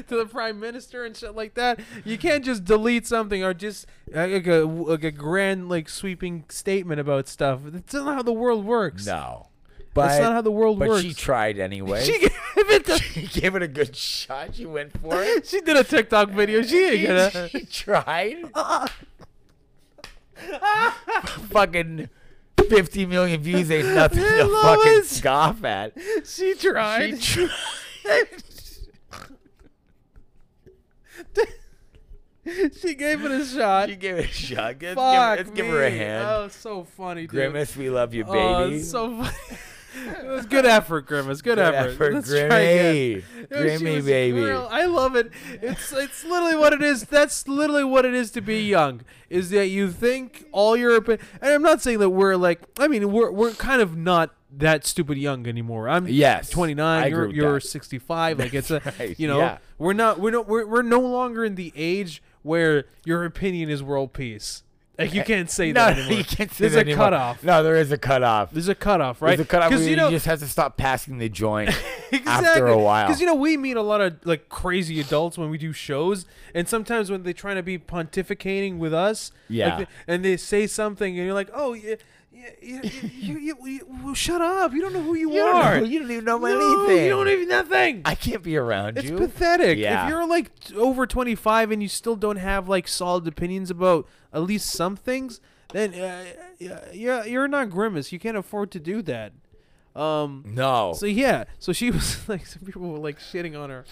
Speaker 1: the prime minister and shit like that. You can't just delete something or just uh, like a, like a grand, like sweeping statement about stuff. That's not how the world works.
Speaker 2: No, but
Speaker 1: That's not how the world
Speaker 2: but
Speaker 1: works.
Speaker 2: she tried
Speaker 1: [laughs]
Speaker 2: anyway.
Speaker 1: She
Speaker 2: [laughs]
Speaker 1: gave it to-
Speaker 2: She gave it a good shot. She went for
Speaker 1: [laughs]
Speaker 2: it.
Speaker 1: she did a TikTok video. She ain't gonna.
Speaker 2: [laughs] she tried. fucking 50 million views ain't nothing
Speaker 1: Hey,
Speaker 2: to fucking
Speaker 1: Lois.
Speaker 2: scoff at.
Speaker 1: [laughs] She tried. [laughs]
Speaker 2: She tried.
Speaker 1: [laughs] She, gave it a shot.
Speaker 2: she gave it a shot. Let's, give,
Speaker 1: Fuck
Speaker 2: let's give her a
Speaker 1: me.
Speaker 2: hand.
Speaker 1: Oh, it's so funny, dude.
Speaker 2: Grimace, we love you, baby.
Speaker 1: Oh, it's so funny. [laughs] It was good effort, Grimace. Good,
Speaker 2: Good
Speaker 1: effort.
Speaker 2: effort,
Speaker 1: Let's try again.
Speaker 2: Grimmy.
Speaker 1: No, she
Speaker 2: Grimmy,
Speaker 1: was
Speaker 2: baby.
Speaker 1: real- I love it. It's it's literally what it is. That's literally what it is to be young. Is that you think all your opi- and I'm not saying that we're like I mean we're we're kind of not that stupid young anymore. I'm
Speaker 2: Yes,
Speaker 1: 29.
Speaker 2: I
Speaker 1: you're
Speaker 2: agree with
Speaker 1: you're
Speaker 2: that.
Speaker 1: 65. Like it's a
Speaker 2: [laughs] right,
Speaker 1: you know
Speaker 2: yeah.
Speaker 1: we're not we're not we're, we're no longer in the age where your opinion is world peace. Like you can't say
Speaker 2: Eh, No,
Speaker 1: that
Speaker 2: no,
Speaker 1: anymore.
Speaker 2: [laughs] you can't say
Speaker 1: There's
Speaker 2: that
Speaker 1: a
Speaker 2: anymore.
Speaker 1: cutoff.
Speaker 2: No, there is a cutoff.
Speaker 1: There's a cutoff, right?
Speaker 2: There's a cutoff.
Speaker 1: Because
Speaker 2: Because
Speaker 1: you know
Speaker 2: you just have to stop passing
Speaker 1: [laughs]
Speaker 2: the joint
Speaker 1: exactly.
Speaker 2: after a while.
Speaker 1: Because you know we meet a lot of like crazy adults when we do shows, and sometimes when they're trying to be pontificating with us, like,
Speaker 2: Yeah.
Speaker 1: they- and they say something, and you're like, oh yeah. Yeah, yeah, you, you, you, well, shut up! You don't know who you,
Speaker 2: You don't
Speaker 1: are.
Speaker 2: know- you don't even know
Speaker 1: No,
Speaker 2: anything.
Speaker 1: You don't even nothing.
Speaker 2: I can't be around
Speaker 1: it's
Speaker 2: you.
Speaker 1: pathetic.
Speaker 2: Yeah.
Speaker 1: If you're like t- over 25 and you still don't have like solid opinions about at least some things, then uh, yeah, you're you're not grimace. You can't afford to do that. Um,
Speaker 2: No.
Speaker 1: so yeah, so she [laughs] was like, some people were like shitting on her,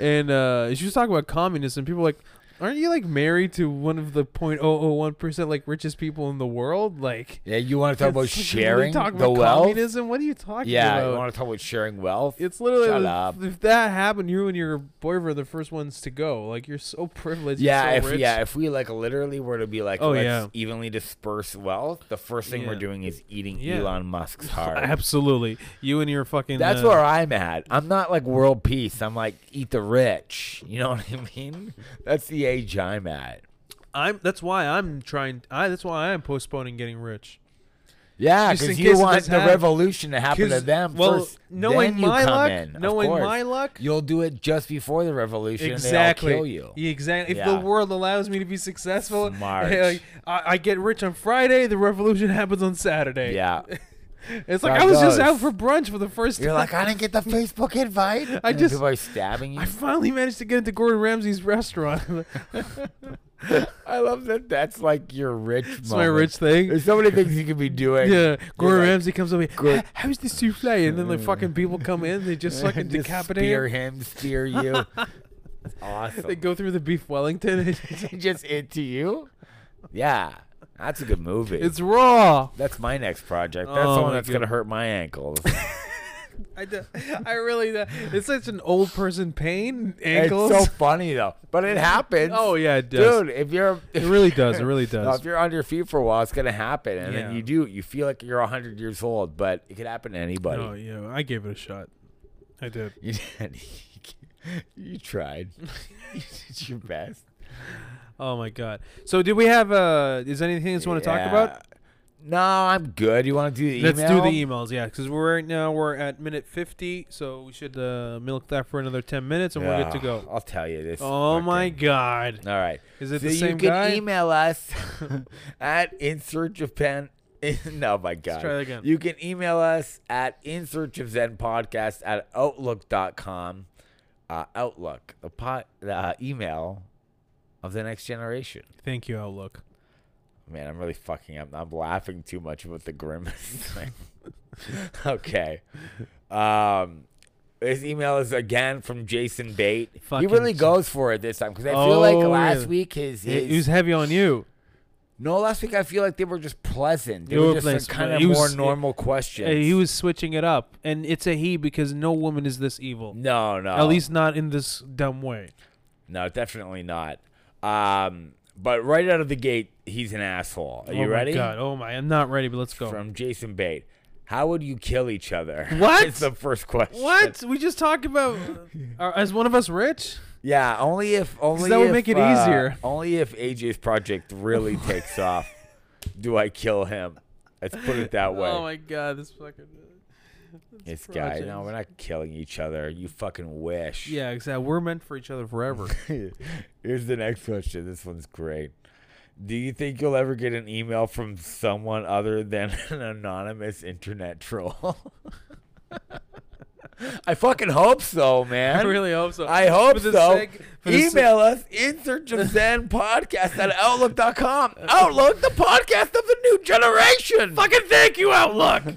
Speaker 1: and uh, she was talking about communism. people were like, aren't you like married to one of the 0.001 percent like richest people in the world? Like,
Speaker 2: yeah, you want
Speaker 1: [laughs]
Speaker 2: to talk about
Speaker 1: it's- you
Speaker 2: sharing the
Speaker 1: talk about
Speaker 2: wealth?
Speaker 1: Communism? What are you talking
Speaker 2: Yeah,
Speaker 1: about?
Speaker 2: you want to talk about sharing wealth?
Speaker 1: it's literally
Speaker 2: Shut
Speaker 1: if-
Speaker 2: up.
Speaker 1: if that happened, you and your boyfriend are the first ones to go. Like you're so privileged. you're
Speaker 2: yeah,
Speaker 1: so
Speaker 2: if
Speaker 1: rich.
Speaker 2: yeah, if we like literally were to be like,
Speaker 1: Oh,
Speaker 2: let's
Speaker 1: yeah.
Speaker 2: evenly disperse wealth, the first thing we're
Speaker 1: Yeah.
Speaker 2: doing is eating
Speaker 1: Yeah. [laughs]
Speaker 2: Elon Musk's heart.
Speaker 1: absolutely. You and your fucking.
Speaker 2: That's
Speaker 1: uh,
Speaker 2: where I'm at. I'm not like world peace. I'm like eat the rich. You know what I mean? That's the age I'm at.
Speaker 1: I'm. That's why I'm trying. I. That's why I'm postponing getting rich.
Speaker 2: Yeah,
Speaker 1: Just in
Speaker 2: because
Speaker 1: case
Speaker 2: you
Speaker 1: it
Speaker 2: want
Speaker 1: doesn't
Speaker 2: the
Speaker 1: happen.
Speaker 2: revolution to happen to
Speaker 1: 'Cause-
Speaker 2: them
Speaker 1: well,
Speaker 2: first.
Speaker 1: knowing
Speaker 2: then you
Speaker 1: my
Speaker 2: come
Speaker 1: luck-
Speaker 2: in. Of
Speaker 1: knowing
Speaker 2: course.
Speaker 1: my luck-
Speaker 2: you'll do it just before the revolution.
Speaker 1: Exactly.
Speaker 2: And they'll kill you.
Speaker 1: Yeah, Exactly. If
Speaker 2: Yeah.
Speaker 1: the world allows me to be successful, [laughs]
Speaker 2: Smart.
Speaker 1: like, I, I get rich on Friday. The revolution happens on Saturday.
Speaker 2: Yeah.
Speaker 1: It's like
Speaker 2: That
Speaker 1: I was just
Speaker 2: goes.
Speaker 1: out for brunch for the 1st
Speaker 2: You're
Speaker 1: time.
Speaker 2: like, I
Speaker 1: [laughs]
Speaker 2: didn't get the Facebook invite. And then
Speaker 1: just-
Speaker 2: people are stabbing you.
Speaker 1: I finally managed to get into Gordon Ramsay's restaurant. [laughs]
Speaker 2: [laughs] I love that. That's like your rich.
Speaker 1: It's my rich thing.
Speaker 2: There's so many things you could be doing.
Speaker 1: Yeah, Gordon
Speaker 2: like, [laughs]
Speaker 1: Ramsay comes up. with,
Speaker 2: Gor-
Speaker 1: "How- How's the souffle? And then like fucking people come in, they
Speaker 2: [laughs]
Speaker 1: just fucking
Speaker 2: Just
Speaker 1: decapitate.
Speaker 2: Spear
Speaker 1: him.
Speaker 2: him.
Speaker 1: [laughs]
Speaker 2: Spear you. It's awesome. [laughs]
Speaker 1: They go through the beef Wellington. [laughs]
Speaker 2: just into you. Yeah, that's a good movie.
Speaker 1: it's raw.
Speaker 2: that's my next project. That's
Speaker 1: Oh
Speaker 2: the
Speaker 1: my
Speaker 2: one that's
Speaker 1: God.
Speaker 2: gonna hurt
Speaker 1: [laughs]
Speaker 2: my ankles.
Speaker 1: I, do, I really. do- It's such an old person pain. Ankles.
Speaker 2: It's so funny though, but it happens.
Speaker 1: [laughs] oh yeah, it does.
Speaker 2: dude, if you're
Speaker 1: It really does. It
Speaker 2: [laughs]
Speaker 1: really
Speaker 2: No, if
Speaker 1: does.
Speaker 2: you're on your feet for a while, it's gonna happen, and then
Speaker 1: Yeah.
Speaker 2: you do. You feel like you're hundred years old, but it could happen to anybody.
Speaker 1: Oh yeah, I gave it a shot. I did.
Speaker 2: You did. [laughs]
Speaker 1: [laughs]
Speaker 2: you tried. you did your best.
Speaker 1: Oh my god. So did we have? Uh, is there anything else you want to talk about?
Speaker 2: No, I'm good. You want to do the
Speaker 1: Let's
Speaker 2: email?
Speaker 1: do the emails, yeah, because we're right now we're at minute fifty, so we should uh, milk that for another ten minutes, and we're good to
Speaker 2: Ah,
Speaker 1: go.
Speaker 2: I'll tell you this.
Speaker 1: Oh my
Speaker 2: fucking-
Speaker 1: god,
Speaker 2: All right.
Speaker 1: is it
Speaker 2: so
Speaker 1: the
Speaker 2: you
Speaker 1: same
Speaker 2: can
Speaker 1: guy?
Speaker 2: email us [laughs] at insert Japan. [laughs] no, my God.
Speaker 1: try that again.
Speaker 2: You can email us at insert of Zen podcast at outlook.com. Uh, outlook, the pot, the uh, email of the next generation.
Speaker 1: Thank you, Outlook.
Speaker 2: Man, I'm really [laughs] fucking up. I'm laughing too much about the grimace thing. okay. Um, this email is again from Jason Bate.
Speaker 1: Fucking
Speaker 2: he really
Speaker 1: J-
Speaker 2: goes for it this time because I feel like
Speaker 1: Oh,
Speaker 2: last
Speaker 1: yeah.
Speaker 2: week his,
Speaker 1: It,
Speaker 2: his
Speaker 1: it was heavy on you. Uh,
Speaker 2: no last week I feel like they were just pleasant. They,
Speaker 1: They
Speaker 2: were,
Speaker 1: were
Speaker 2: just
Speaker 1: pleasant,
Speaker 2: kind
Speaker 1: but
Speaker 2: of
Speaker 1: he
Speaker 2: more
Speaker 1: was-
Speaker 2: normal
Speaker 1: Uh,
Speaker 2: questions.
Speaker 1: He was switching it up, and it's a he because no woman is this evil.
Speaker 2: no, no,
Speaker 1: At least not in this dumb way.
Speaker 2: no, definitely not. Um, but right out of the gate, he's an asshole. Are
Speaker 1: oh
Speaker 2: you
Speaker 1: my
Speaker 2: ready?
Speaker 1: God, oh my! I'm not ready, but let's go.
Speaker 2: From Jason Bate. How would you kill each other? [laughs]
Speaker 1: What?
Speaker 2: It's the first question.
Speaker 1: What? We just talked
Speaker 2: [laughs]
Speaker 1: about are, is one of us rich?
Speaker 2: Yeah, only if only
Speaker 1: that would
Speaker 2: if,
Speaker 1: make it
Speaker 2: uh,
Speaker 1: easier.
Speaker 2: Only if AJ's project
Speaker 1: [laughs]
Speaker 2: really takes off, do I kill him? Let's put it that way.
Speaker 1: Oh my god, this fucking.
Speaker 2: this guy.
Speaker 1: project.
Speaker 2: No, we're not killing each other. You fucking wish.
Speaker 1: Yeah, exactly. We're meant for each other forever.
Speaker 2: [laughs] Here's the next question. This one's great. Do you think you'll ever get an email from someone other than [laughs] an anonymous internet troll? [laughs] I fucking hope so, man.
Speaker 1: I really hope so.
Speaker 2: I hope
Speaker 1: For the
Speaker 2: so.
Speaker 1: sake- for the sake-
Speaker 2: Email us in search of Zen Podcast at
Speaker 1: [laughs]
Speaker 2: Outlook.com. Outlook, the podcast of the new generation.
Speaker 1: Fucking thank you, Outlook.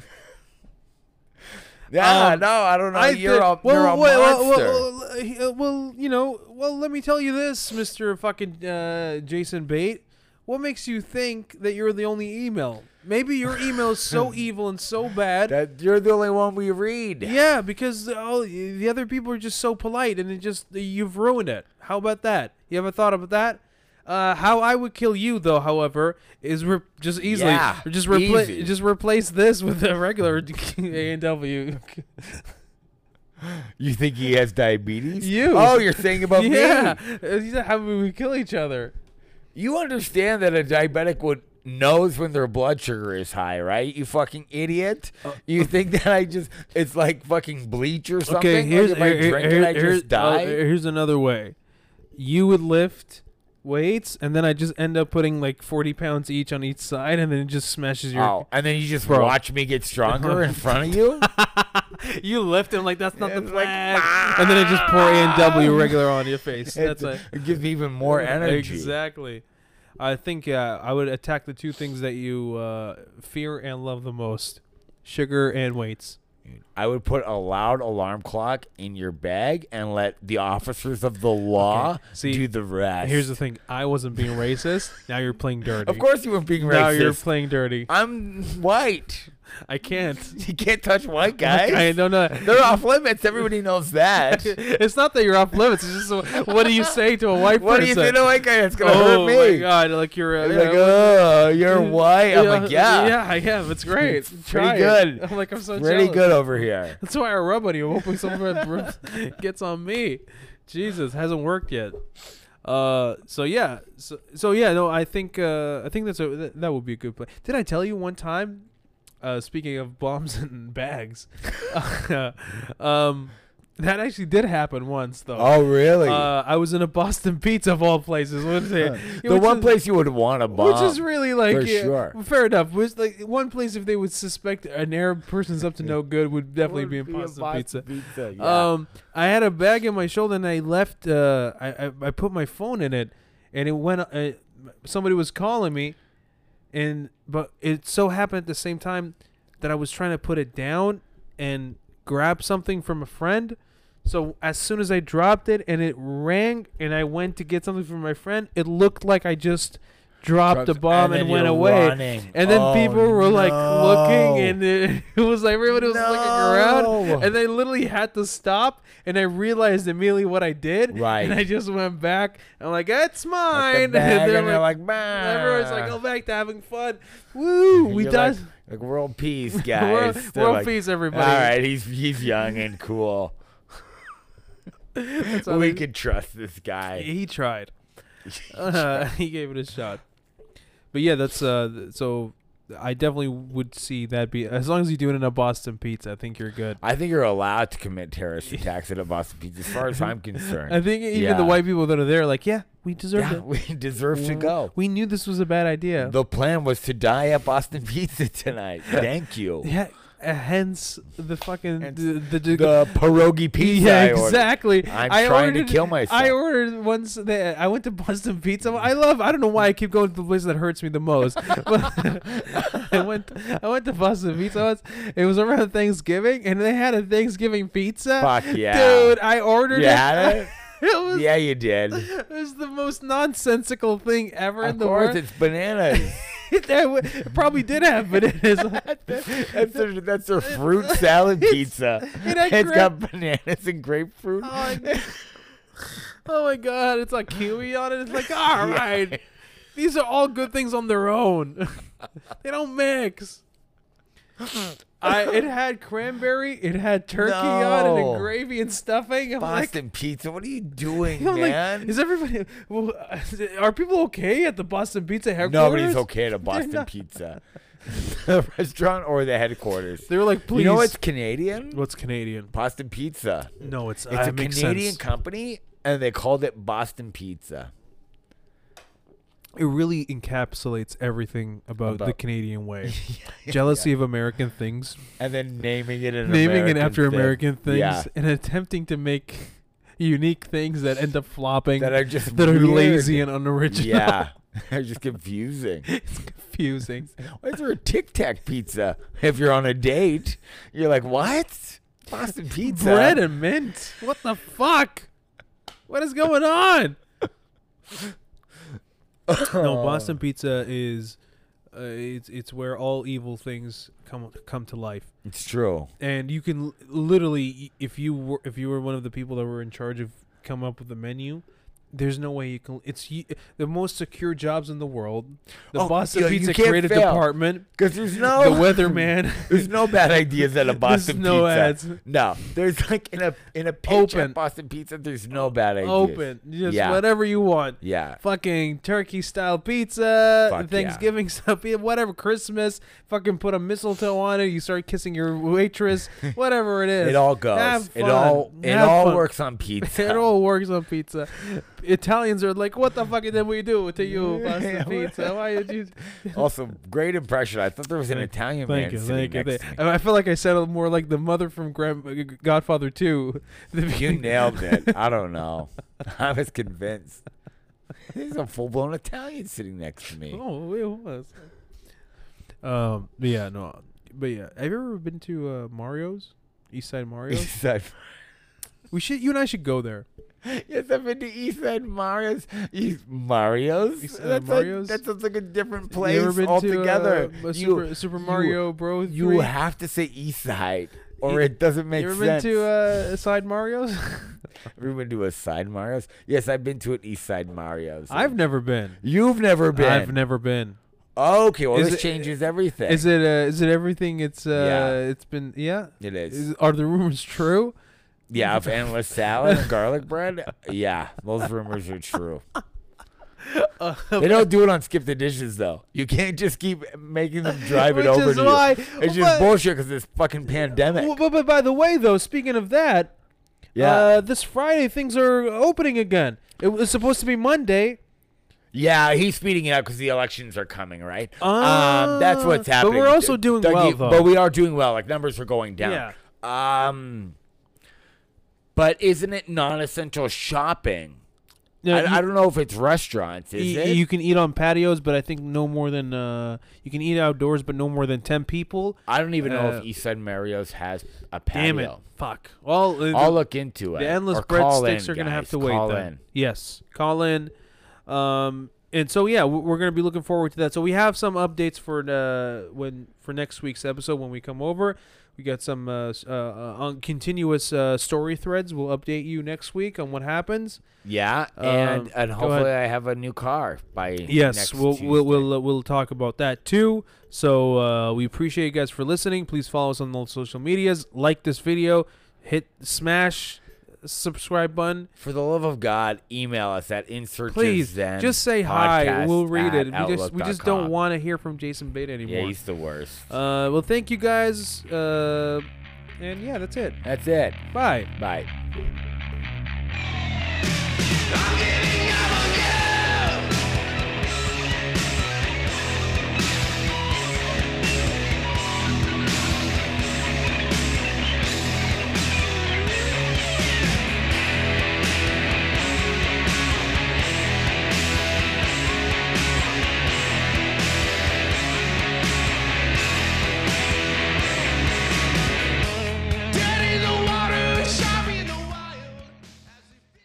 Speaker 2: Yeah,
Speaker 1: Um,
Speaker 2: no, I don't know.
Speaker 1: I
Speaker 2: you're
Speaker 1: did-
Speaker 2: a,
Speaker 1: well,
Speaker 2: you're a
Speaker 1: well,
Speaker 2: monster.
Speaker 1: Well, well, he- uh, well, you know, well, let me tell you this, Mister Fucking uh, Jason Bate. What makes you think that you're the only email? Maybe your email is [laughs] so evil and so bad.
Speaker 2: that you're the only one we read.
Speaker 1: yeah, because all the other people are just so polite, and it just you've ruined it. How about that? You ever thought about that? Uh, how I would kill you, though, however, is re- just easily
Speaker 2: Yeah,
Speaker 1: just replace
Speaker 2: easy.
Speaker 1: just replace this with a regular [laughs] A and W.
Speaker 2: You think he has diabetes?
Speaker 1: You.
Speaker 2: Oh, you're saying about
Speaker 1: yeah,
Speaker 2: me.
Speaker 1: Uh, he said, how would we kill each other?
Speaker 2: You understand that a diabetic would knows when their blood sugar is high, right? You fucking idiot.
Speaker 1: Uh,
Speaker 2: you think that I just it's like fucking bleach or something? Like, if I drink it, I just die.
Speaker 1: oh, Uh, here's another way. You would lift weights, and then I just end up putting like 40 pounds each on each side, and then it just smashes your.
Speaker 2: Oh, and then you just
Speaker 1: Bro.
Speaker 2: watch me get stronger in front of you.
Speaker 1: You lift him like that's not the
Speaker 2: It's like,
Speaker 1: plan. and then I just pour A and
Speaker 2: [laughs]
Speaker 1: W regular on your face. [laughs]
Speaker 2: it,
Speaker 1: That's a,
Speaker 2: it gives me even more energy.
Speaker 1: Exactly. I think uh, I would attack the two things that you uh, fear and love the most: sugar and weights.
Speaker 2: I would put a loud alarm clock in your bag and let the officers of the law
Speaker 1: See,
Speaker 2: do the rest.
Speaker 1: Here's the thing: I wasn't being racist. Now you're playing dirty.
Speaker 2: of course you were being
Speaker 1: Now
Speaker 2: racist.
Speaker 1: you're playing dirty.
Speaker 2: I'm white. [laughs]
Speaker 1: I can't.
Speaker 2: You can't touch white [laughs]
Speaker 1: [laughs]
Speaker 2: guys.
Speaker 1: I don't know.
Speaker 2: They're off limits. Everybody knows
Speaker 1: [laughs]
Speaker 2: that.
Speaker 1: It's not that you're off limits. It's just what do you say to a white
Speaker 2: what do you
Speaker 1: person?
Speaker 2: say to a white guy? It's gonna
Speaker 1: oh
Speaker 2: hurt
Speaker 1: my
Speaker 2: me.
Speaker 1: god! Like you're uh,
Speaker 2: It's
Speaker 1: yeah,
Speaker 2: like, oh, you're white.
Speaker 1: [laughs]
Speaker 2: I'm
Speaker 1: yeah,
Speaker 2: like, yeah,
Speaker 1: yeah, I am. It's great.
Speaker 2: It's
Speaker 1: Try
Speaker 2: pretty
Speaker 1: it. [laughs]
Speaker 2: good.
Speaker 1: I'm like, I'm so
Speaker 2: pretty
Speaker 1: jealous.
Speaker 2: good
Speaker 1: [laughs]
Speaker 2: over here.
Speaker 1: That's why I rub on you. I'm hoping someone [laughs] gets on me. Jesus, hasn't worked yet. Uh, so yeah, so, so yeah, no, I think uh, I think that's a that, that would be a good play. Did I tell you one time? Uh, speaking of bombs [laughs] and bags, um, that actually did happen once though.
Speaker 2: Oh, really?
Speaker 1: Uh, I was in a Boston Pizza of all places. What's it?
Speaker 2: the
Speaker 1: Which
Speaker 2: one
Speaker 1: is-
Speaker 2: place you would want to bomb.
Speaker 1: which is really like
Speaker 2: for
Speaker 1: yeah,
Speaker 2: sure.
Speaker 1: fair enough. Which like one place if they would suspect an Arab person's up to no good would definitely
Speaker 2: Would
Speaker 1: be in
Speaker 2: be a
Speaker 1: Boston Pizza.
Speaker 2: Boston pizza, yeah.
Speaker 1: Um, I had a bag in my shoulder and I left. Uh, I, I I put my phone in it, and it went. Uh, somebody was calling me, and but it so happened at the same time that I was trying to put it down and grab something from a friend. So as soon as I dropped it and it rang and I went to get something from my friend, it looked like I just dropped
Speaker 2: Dropped-
Speaker 1: a bomb and,
Speaker 2: and then
Speaker 1: went
Speaker 2: you're
Speaker 1: away.
Speaker 2: running.
Speaker 1: And then
Speaker 2: Oh,
Speaker 1: people were like looking
Speaker 2: no.
Speaker 1: and it, [laughs] it was like everybody was looking around
Speaker 2: No.
Speaker 1: and and I literally had to stop, and I realized immediately what I did.
Speaker 2: Right.
Speaker 1: And I just went back. I'm like, it's [laughs]
Speaker 2: Like the
Speaker 1: mine.
Speaker 2: bag,
Speaker 1: and
Speaker 2: and
Speaker 1: they're
Speaker 2: they're
Speaker 1: like,
Speaker 2: like, bah.
Speaker 1: everyone's like, go back to having fun. Woo!
Speaker 2: And
Speaker 1: We
Speaker 2: you're
Speaker 1: done.
Speaker 2: like, like world peace,
Speaker 1: [laughs] World-
Speaker 2: guys. They're
Speaker 1: world
Speaker 2: like,
Speaker 1: peace, everybody.
Speaker 2: All right, he's he's young and cool.
Speaker 1: [laughs] That's how
Speaker 2: we
Speaker 1: they- [laughs]
Speaker 2: can trust this guy.
Speaker 1: He
Speaker 2: [laughs]
Speaker 1: tried. Uh, [laughs] he gave it a shot. But yeah, that's uh. th- So I definitely would see that be as long as you do it in a Boston pizza. I think you're good.
Speaker 2: I think you're allowed to
Speaker 1: [laughs]
Speaker 2: commit terrorist attacks at a Boston Pizza, as far as I'm concerned.
Speaker 1: I think even
Speaker 2: Yeah.
Speaker 1: the white people that are there, are like, yeah, we deserved
Speaker 2: yeah,
Speaker 1: it.
Speaker 2: we deserve
Speaker 1: [laughs]
Speaker 2: to go.
Speaker 1: We knew this was a bad idea. [laughs]
Speaker 2: The plan was to die at Boston Pizza tonight. Thank you.
Speaker 1: Yeah, Uh, hence the fucking
Speaker 2: Hence
Speaker 1: the, the,
Speaker 2: the pierogi pizza.
Speaker 1: [laughs] yeah,
Speaker 2: I ordered.
Speaker 1: exactly.
Speaker 2: I'm
Speaker 1: I
Speaker 2: trying to
Speaker 1: ordered-
Speaker 2: kill myself.
Speaker 1: I ordered once. That I went to Boston Pizza. I love. I don't know why I keep going to the place that hurts me the
Speaker 2: [laughs]
Speaker 1: most. [laughs] But I went. I went to Boston Pizza. Once. It was around Thanksgiving, and they had a Thanksgiving pizza.
Speaker 2: Fuck yeah.
Speaker 1: dude! I ordered
Speaker 2: You
Speaker 1: it.
Speaker 2: had it?
Speaker 1: [laughs] it was.
Speaker 2: yeah, you
Speaker 1: [laughs]
Speaker 2: did.
Speaker 1: It was the most nonsensical thing ever in
Speaker 2: Of
Speaker 1: the
Speaker 2: course,
Speaker 1: world.
Speaker 2: it's
Speaker 1: [laughs]
Speaker 2: bananas.
Speaker 1: It, probably did have bananas.
Speaker 2: [laughs] that's
Speaker 1: [laughs]
Speaker 2: their that's their fruit salad
Speaker 1: It's- [laughs]
Speaker 2: pizza.
Speaker 1: it had
Speaker 2: it's got bananas and grapefruit.
Speaker 1: Oh [laughs] my, oh my god, it's like kiwi on it. It's [laughs] like, all right, these are all good things on their own. [laughs] they don't mix.
Speaker 2: [laughs]
Speaker 1: I it had cranberry, it had turkey on it
Speaker 2: No.
Speaker 1: and gravy and stuffing. I'm
Speaker 2: Boston pizza. What are you
Speaker 1: [laughs]
Speaker 2: doing,
Speaker 1: like, [laughs] I'm
Speaker 2: man?
Speaker 1: like, is everybody? Well, uh, are people okay at the Boston Pizza headquarters?
Speaker 2: Nobody's okay
Speaker 1: [laughs]
Speaker 2: at a Boston
Speaker 1: not.
Speaker 2: pizza. [laughs] the restaurant or the headquarters.
Speaker 1: They were like, please.
Speaker 2: You know it's Canadian?
Speaker 1: what's Canadian?
Speaker 2: Boston Pizza.
Speaker 1: No, it's
Speaker 2: It's
Speaker 1: uh,
Speaker 2: a
Speaker 1: makes
Speaker 2: Canadian
Speaker 1: sense.
Speaker 2: company and they called it Boston Pizza.
Speaker 1: it really encapsulates everything about, the
Speaker 2: About-
Speaker 1: Canadian [laughs] way. Jealousy of American things,
Speaker 2: And then naming it an
Speaker 1: naming
Speaker 2: American
Speaker 1: it after
Speaker 2: thing
Speaker 1: American things,
Speaker 2: Yeah.
Speaker 1: [laughs] and attempting to make unique things that end up flopping
Speaker 2: that are just
Speaker 1: that are
Speaker 2: weird.
Speaker 1: lazy and unoriginal.
Speaker 2: Yeah. [laughs] They're just confusing.
Speaker 1: [laughs] it's confusing.
Speaker 2: Why is there a Tic Tac pizza? If you're on a date, you're like, what? Boston pizza?
Speaker 1: Bread
Speaker 2: [laughs]
Speaker 1: and mint. What the fuck? What is going on? no,
Speaker 2: Oh.
Speaker 1: Boston Pizza is uh, it's it's where all evil things come come to life.
Speaker 2: It's true.
Speaker 1: and you can l- literally if you were if you were one of the people that were in charge of come up with the menu there's no way you can it's y- the most secure jobs in the world the
Speaker 2: Oh,
Speaker 1: boston
Speaker 2: yo, you
Speaker 1: pizza
Speaker 2: can't
Speaker 1: creative
Speaker 2: fail. Oh.
Speaker 1: department
Speaker 2: Because there's
Speaker 1: the
Speaker 2: no [laughs]
Speaker 1: weatherman
Speaker 2: There's no bad ideas at a Boston
Speaker 1: no
Speaker 2: Pizza.
Speaker 1: ads.
Speaker 2: No, there's like in a in a pitch
Speaker 1: Open.
Speaker 2: at Boston Pizza. There's no bad ideas.
Speaker 1: open just
Speaker 2: Yeah.
Speaker 1: whatever you want
Speaker 2: Yeah.
Speaker 1: fucking turkey style pizza
Speaker 2: Fuck yeah.
Speaker 1: thanksgiving [laughs] style pizza whatever christmas fucking put a mistletoe on it you start kissing your
Speaker 2: [laughs]
Speaker 1: waitress whatever it is
Speaker 2: It all goes.
Speaker 1: Have
Speaker 2: It
Speaker 1: fun.
Speaker 2: all it
Speaker 1: Have
Speaker 2: all
Speaker 1: fun.
Speaker 2: works on pizza.
Speaker 1: [laughs] It all works on pizza. Italians are like, what the fuck did we do to you, Boston [laughs]
Speaker 2: Yeah,
Speaker 1: Pizza? Why did
Speaker 2: [laughs]
Speaker 1: you?
Speaker 2: [laughs] also, great impression. I thought there was an
Speaker 1: Thank-
Speaker 2: Italian
Speaker 1: Thank
Speaker 2: man
Speaker 1: you,
Speaker 2: sitting
Speaker 1: thank you.
Speaker 2: next
Speaker 1: thank-
Speaker 2: to me.
Speaker 1: And I feel like I sounded more like the mother from Grand- uh, Godfather Two. [laughs]
Speaker 2: You nailed it. I don't know. [laughs] I was convinced. There's a full blown Italian sitting next to [laughs] me.
Speaker 1: Oh, it was. Um, but yeah, no, but yeah. Have you ever been to uh, Mario's? East Side Mario's? [laughs]
Speaker 2: East Side.
Speaker 1: we should. You and I should go there.
Speaker 2: Yes, I've been to East Side Mario's. East Mario's.
Speaker 1: East Side
Speaker 2: that's
Speaker 1: Mario's?
Speaker 2: Like, that sounds like a different
Speaker 1: You
Speaker 2: place
Speaker 1: ever been to,
Speaker 2: altogether.
Speaker 1: uh, a
Speaker 2: You-
Speaker 1: Super, Super
Speaker 2: you-
Speaker 1: Mario Bro.
Speaker 2: You
Speaker 1: 3?
Speaker 2: have to say East Side,
Speaker 1: You-
Speaker 2: or it doesn't make
Speaker 1: You ever
Speaker 2: sense.
Speaker 1: been to uh, Side [laughs] Mario's?
Speaker 2: We're gonna do a side Mario's. Yes, I've been to an East Side Mario's.
Speaker 1: I've never been.
Speaker 2: You've never been.
Speaker 1: I've never been.
Speaker 2: okay, well
Speaker 1: Is
Speaker 2: this
Speaker 1: it-
Speaker 2: changes everything.
Speaker 1: Is it? Uh, is it everything? It's. Uh,
Speaker 2: Yeah.
Speaker 1: It's been. Yeah.
Speaker 2: it is.
Speaker 1: Is, are the rumors true?
Speaker 2: yeah,
Speaker 1: [laughs]
Speaker 2: of endless salad and garlic bread. Yeah, those rumors are true.
Speaker 1: Uh,
Speaker 2: [laughs] they don't do it on skip the dishes though. You can't just keep making them drive it
Speaker 1: Which
Speaker 2: over
Speaker 1: is
Speaker 2: to
Speaker 1: why.
Speaker 2: you. It's
Speaker 1: but,
Speaker 2: just bullshit because it's fucking pandemic.
Speaker 1: [laughs] w- But, but by the way, though, speaking of that,
Speaker 2: yeah,
Speaker 1: uh, this Friday things are opening again. It was supposed to be Monday.
Speaker 2: yeah, he's speeding it up because the elections are coming, right? um, that's
Speaker 1: Ah,
Speaker 2: what's
Speaker 1: but
Speaker 2: happening.
Speaker 1: we're also
Speaker 2: D-
Speaker 1: doing
Speaker 2: Dougie,
Speaker 1: well, though.
Speaker 2: But we are doing well. Like numbers are going down. Um, but isn't it non-essential shopping?
Speaker 1: Yeah,
Speaker 2: I,
Speaker 1: you,
Speaker 2: I don't know if it's restaurants. Is
Speaker 1: you-
Speaker 2: it?
Speaker 1: you can eat on patios, but I think no more than uh, you can eat outdoors, but no more than ten people.
Speaker 2: I don't even know
Speaker 1: uh,
Speaker 2: if East Side Mario's has a patio.
Speaker 1: Damn it! Fuck. Well, uh,
Speaker 2: I'll look into it.
Speaker 1: The endless
Speaker 2: or call
Speaker 1: breadsticks
Speaker 2: in,
Speaker 1: are gonna have
Speaker 2: guys.
Speaker 1: to wait.
Speaker 2: Call
Speaker 1: then.
Speaker 2: in.
Speaker 1: Yes, call in. Um, and so yeah, we- we're gonna be looking forward to that. So we have some updates for the when for next week's episode when we come over. We got some uh, s- uh, uh, on continuous uh, story threads. We'll update you next week on what happens.
Speaker 2: Yeah,
Speaker 1: Um,
Speaker 2: and and
Speaker 1: go
Speaker 2: hopefully I have a new car by
Speaker 1: Yes,
Speaker 2: Next
Speaker 1: we'll, we'll
Speaker 2: Tuesday.
Speaker 1: we'll uh, we'll talk about that too. So uh, we appreciate you guys for listening. Please follow us on all social medias. Like this video, hit smash subscribe button.
Speaker 2: For the love of God, email us at insert
Speaker 1: Please
Speaker 2: Zen
Speaker 1: just say hi.
Speaker 2: podcast
Speaker 1: We'll read
Speaker 2: at
Speaker 1: it. We just we just
Speaker 2: outlook.com.
Speaker 1: don't want to hear from Jason Bate
Speaker 2: Yeah,
Speaker 1: anymore.
Speaker 2: he's the worst.
Speaker 1: uh, well, thank you guys, uh, and yeah, that's it.
Speaker 2: That's it.
Speaker 1: Bye.
Speaker 2: Bye.
Speaker 3: I'm getting